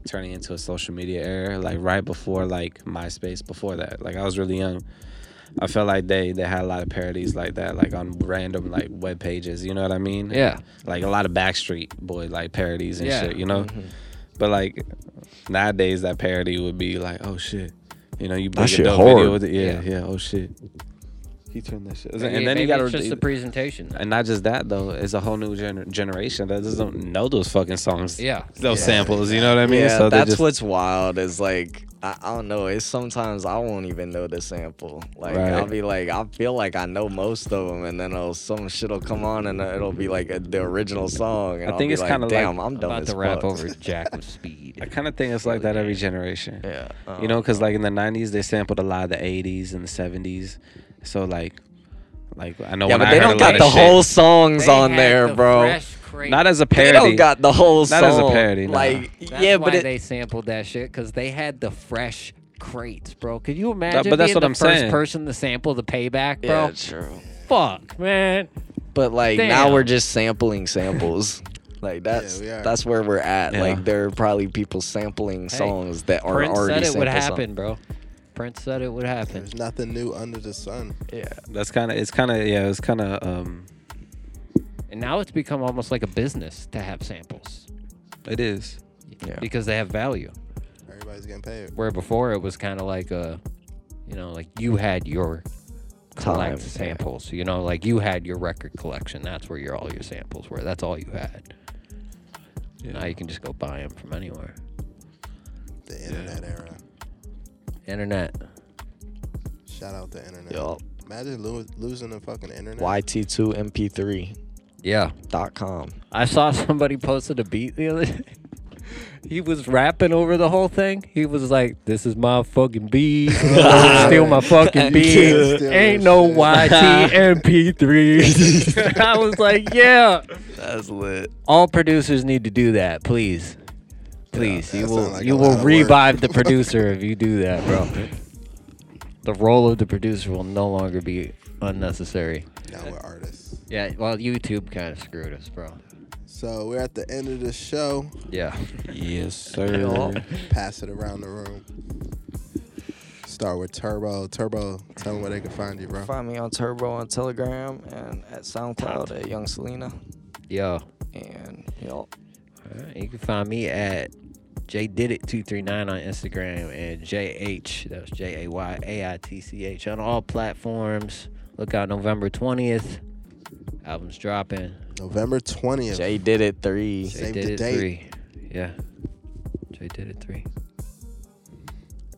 Speaker 3: turning into a social media era, like right before like MySpace, before that, like I was really young. I felt like they they had a lot of parodies like that, like on random like web pages. You know what I mean?
Speaker 2: Yeah.
Speaker 3: Like a lot of Backstreet Boy like parodies and
Speaker 2: Yeah.
Speaker 3: shit. You know.
Speaker 4: Mm-hmm.
Speaker 3: But like nowadays, that parody would be like, oh shit. You know, you make a
Speaker 4: shit
Speaker 3: dope
Speaker 4: hard.
Speaker 3: video with it. Yeah,
Speaker 2: Yeah.
Speaker 3: yeah, oh shit. He turned that shit. And
Speaker 2: Maybe-
Speaker 3: then
Speaker 2: maybe
Speaker 3: you gotta
Speaker 2: it's just the presentation.
Speaker 3: and not just that though, it's a whole new gener- generation that doesn't know those fucking songs.
Speaker 2: Yeah.
Speaker 3: Those samples, you know what I mean?
Speaker 4: yeah,
Speaker 3: so they
Speaker 4: that's
Speaker 3: just,
Speaker 4: what's wild is like I, I don't know. It's sometimes I won't even know the sample. Like
Speaker 3: Right.
Speaker 4: I'll be like, I feel like I know most of them, and then it'll, some shit'll come on, and it'll be like a, the original song. And
Speaker 3: I
Speaker 4: I'll
Speaker 3: think
Speaker 4: be
Speaker 3: it's
Speaker 4: like,
Speaker 3: kinda like-
Speaker 4: damn, I'm dumb
Speaker 2: about
Speaker 4: as
Speaker 2: to rap
Speaker 4: fuck.
Speaker 2: over Jack with speed.
Speaker 3: I kind of think it's like that every generation.
Speaker 4: Yeah, uh,
Speaker 3: you know, because like in the '90s they sampled a lot of the '80s and the '70s, so like, like I know
Speaker 4: Yeah,
Speaker 3: when
Speaker 4: but
Speaker 3: I
Speaker 4: they
Speaker 3: heard
Speaker 4: don't
Speaker 3: a
Speaker 4: got
Speaker 3: lot
Speaker 4: the
Speaker 3: of
Speaker 4: whole
Speaker 3: shit,
Speaker 4: songs on there, bro.
Speaker 3: not as a
Speaker 4: they
Speaker 3: parody.
Speaker 4: don't got the whole song.
Speaker 3: Not as a parody, nah.
Speaker 4: Like
Speaker 2: That's
Speaker 4: yeah,
Speaker 2: why
Speaker 4: but it,
Speaker 2: they sampled that shit because they had the fresh crates, bro. Could you imagine
Speaker 3: but that's
Speaker 2: being
Speaker 3: what
Speaker 2: the
Speaker 3: I'm
Speaker 2: first
Speaker 3: saying.
Speaker 2: person to sample the payback,
Speaker 4: yeah,
Speaker 2: bro?
Speaker 4: true.
Speaker 2: Fuck, man.
Speaker 4: But like now
Speaker 2: Damn.
Speaker 4: we're just sampling samples. like that's
Speaker 1: we are.
Speaker 4: that's where we're at.
Speaker 3: Yeah.
Speaker 4: Like there are probably people sampling songs that are
Speaker 2: Prince
Speaker 4: already
Speaker 2: said it would
Speaker 4: sampled song-
Speaker 2: happen, bro. Prince said it would happen.
Speaker 1: There's nothing new under the sun.
Speaker 3: That's kind of it's kind of yeah, it's kind of um,
Speaker 2: And now it's become almost like a business to have samples
Speaker 3: it is.
Speaker 4: Yeah.
Speaker 2: because they have value.
Speaker 1: Everybody's getting paid.
Speaker 2: Where before it was kind of like a, you know, like you had your
Speaker 4: Time,
Speaker 2: collect
Speaker 4: yeah.
Speaker 2: samples. You know, like you had your record collection. That's where your all your samples were. That's all you had. Now you can just go buy them from anywhere.
Speaker 1: The internet era.
Speaker 2: Internet.
Speaker 1: Shout out the internet.
Speaker 4: Yup.
Speaker 1: Imagine lo- losing the fucking internet.
Speaker 4: YT2MP3.com.
Speaker 2: Yeah. I saw somebody posted a beat the other day. He was rapping over the whole thing. He was like, "This is my fucking beat. Steal my fucking beat.
Speaker 1: Steal
Speaker 2: Ain't
Speaker 1: this
Speaker 2: no
Speaker 1: shit."
Speaker 2: YTMP3." I was like, "Yeah,
Speaker 4: That's lit.
Speaker 2: all producers need to do that, please, please.
Speaker 1: that
Speaker 2: you
Speaker 1: sound
Speaker 2: will
Speaker 1: like
Speaker 2: you
Speaker 1: a
Speaker 2: will
Speaker 1: lot of work.
Speaker 2: revive the producer if you do that, bro. The role of the producer will no longer be unnecessary.
Speaker 1: Now we're artists.
Speaker 2: Yeah, well, YouTube kind of screwed us, bro.
Speaker 1: So we're at the end of the show.
Speaker 2: Yeah,
Speaker 3: Yes, sir.
Speaker 1: Pass it around the room. Start with Turbo. Turbo, tell them where they can find you, bro.
Speaker 7: Find me on Turbo on Telegram and at SoundCloud at Young Selena.
Speaker 2: Yo.
Speaker 4: And you know,
Speaker 2: Alright, you can find me at J Did It 239 on Instagram and JH, that's J A Y A I T C H on all platforms. Look out November 20th. Album's dropping.
Speaker 1: November 20th.
Speaker 4: Jay did it three.
Speaker 2: J
Speaker 1: Save
Speaker 2: Did
Speaker 1: the
Speaker 2: It
Speaker 1: date.
Speaker 2: 3. Yeah. J Did It 3.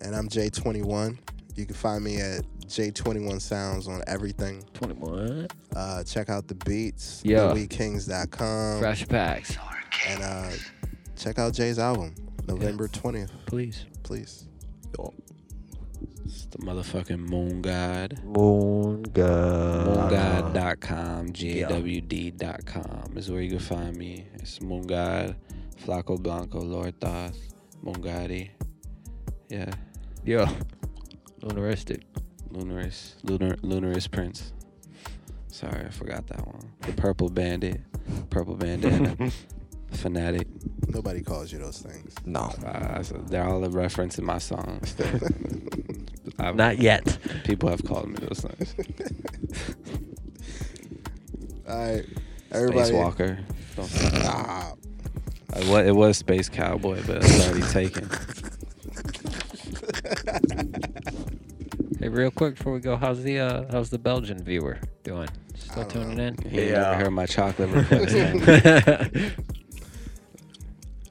Speaker 1: And I'm J21. You can find me at J21 Sounds on everything.
Speaker 2: 21.
Speaker 1: Uh, check out the beats,
Speaker 2: Yeah.
Speaker 1: thewekings.com.
Speaker 2: Fresh packs.
Speaker 1: And uh, check out Jay's album, November 20th,
Speaker 2: Please.
Speaker 1: please.
Speaker 3: It's the motherfucking Moon God.
Speaker 2: Moon God.
Speaker 3: MoonGod.com, JWD.com is where you can find me. It's Moon God, Flaco Blanco, Lord Thoth, Moon Gotti. Yeah,
Speaker 2: Yo. Lunaristic.
Speaker 3: Lunaris, Lunar, Lunaris Prince. Sorry, I forgot that one. The Purple Bandit, Purple Bandana, Fanatic.
Speaker 1: Nobody calls you those things.
Speaker 4: No.
Speaker 3: Uh, so they're all a reference in my songs. I've-
Speaker 2: Not yet.
Speaker 3: People have called me those things.
Speaker 1: All right.
Speaker 3: Space
Speaker 1: Everybody.
Speaker 3: Walker. Don't-
Speaker 1: Ah,
Speaker 3: I wa- it was Space Cowboy, but it's already taken.
Speaker 2: Hey, real quick before we go, how's the uh, how's the Belgian viewer doing? Still
Speaker 1: don't
Speaker 2: tuning in?
Speaker 3: He ain't never heard my chocolate request.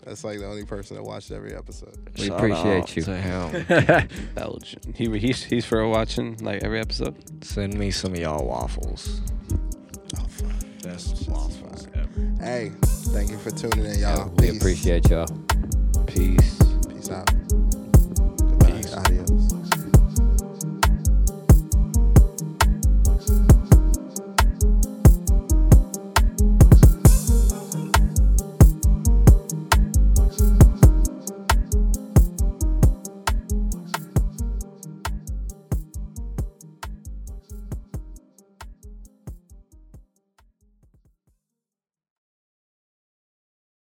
Speaker 1: that's like the only person that watched every episode.
Speaker 2: we
Speaker 4: Shout out
Speaker 2: appreciate
Speaker 4: to
Speaker 2: you.
Speaker 4: him.
Speaker 3: Belgian. He he's he's for watching like every episode.
Speaker 4: Send me some of y'all waffles.
Speaker 1: Oh, fuck.
Speaker 4: Best waffles ever.
Speaker 1: Hey, thank you for tuning in, y'all.
Speaker 2: We
Speaker 1: Peace.
Speaker 2: appreciate y'all.
Speaker 3: Peace.
Speaker 1: Peace out.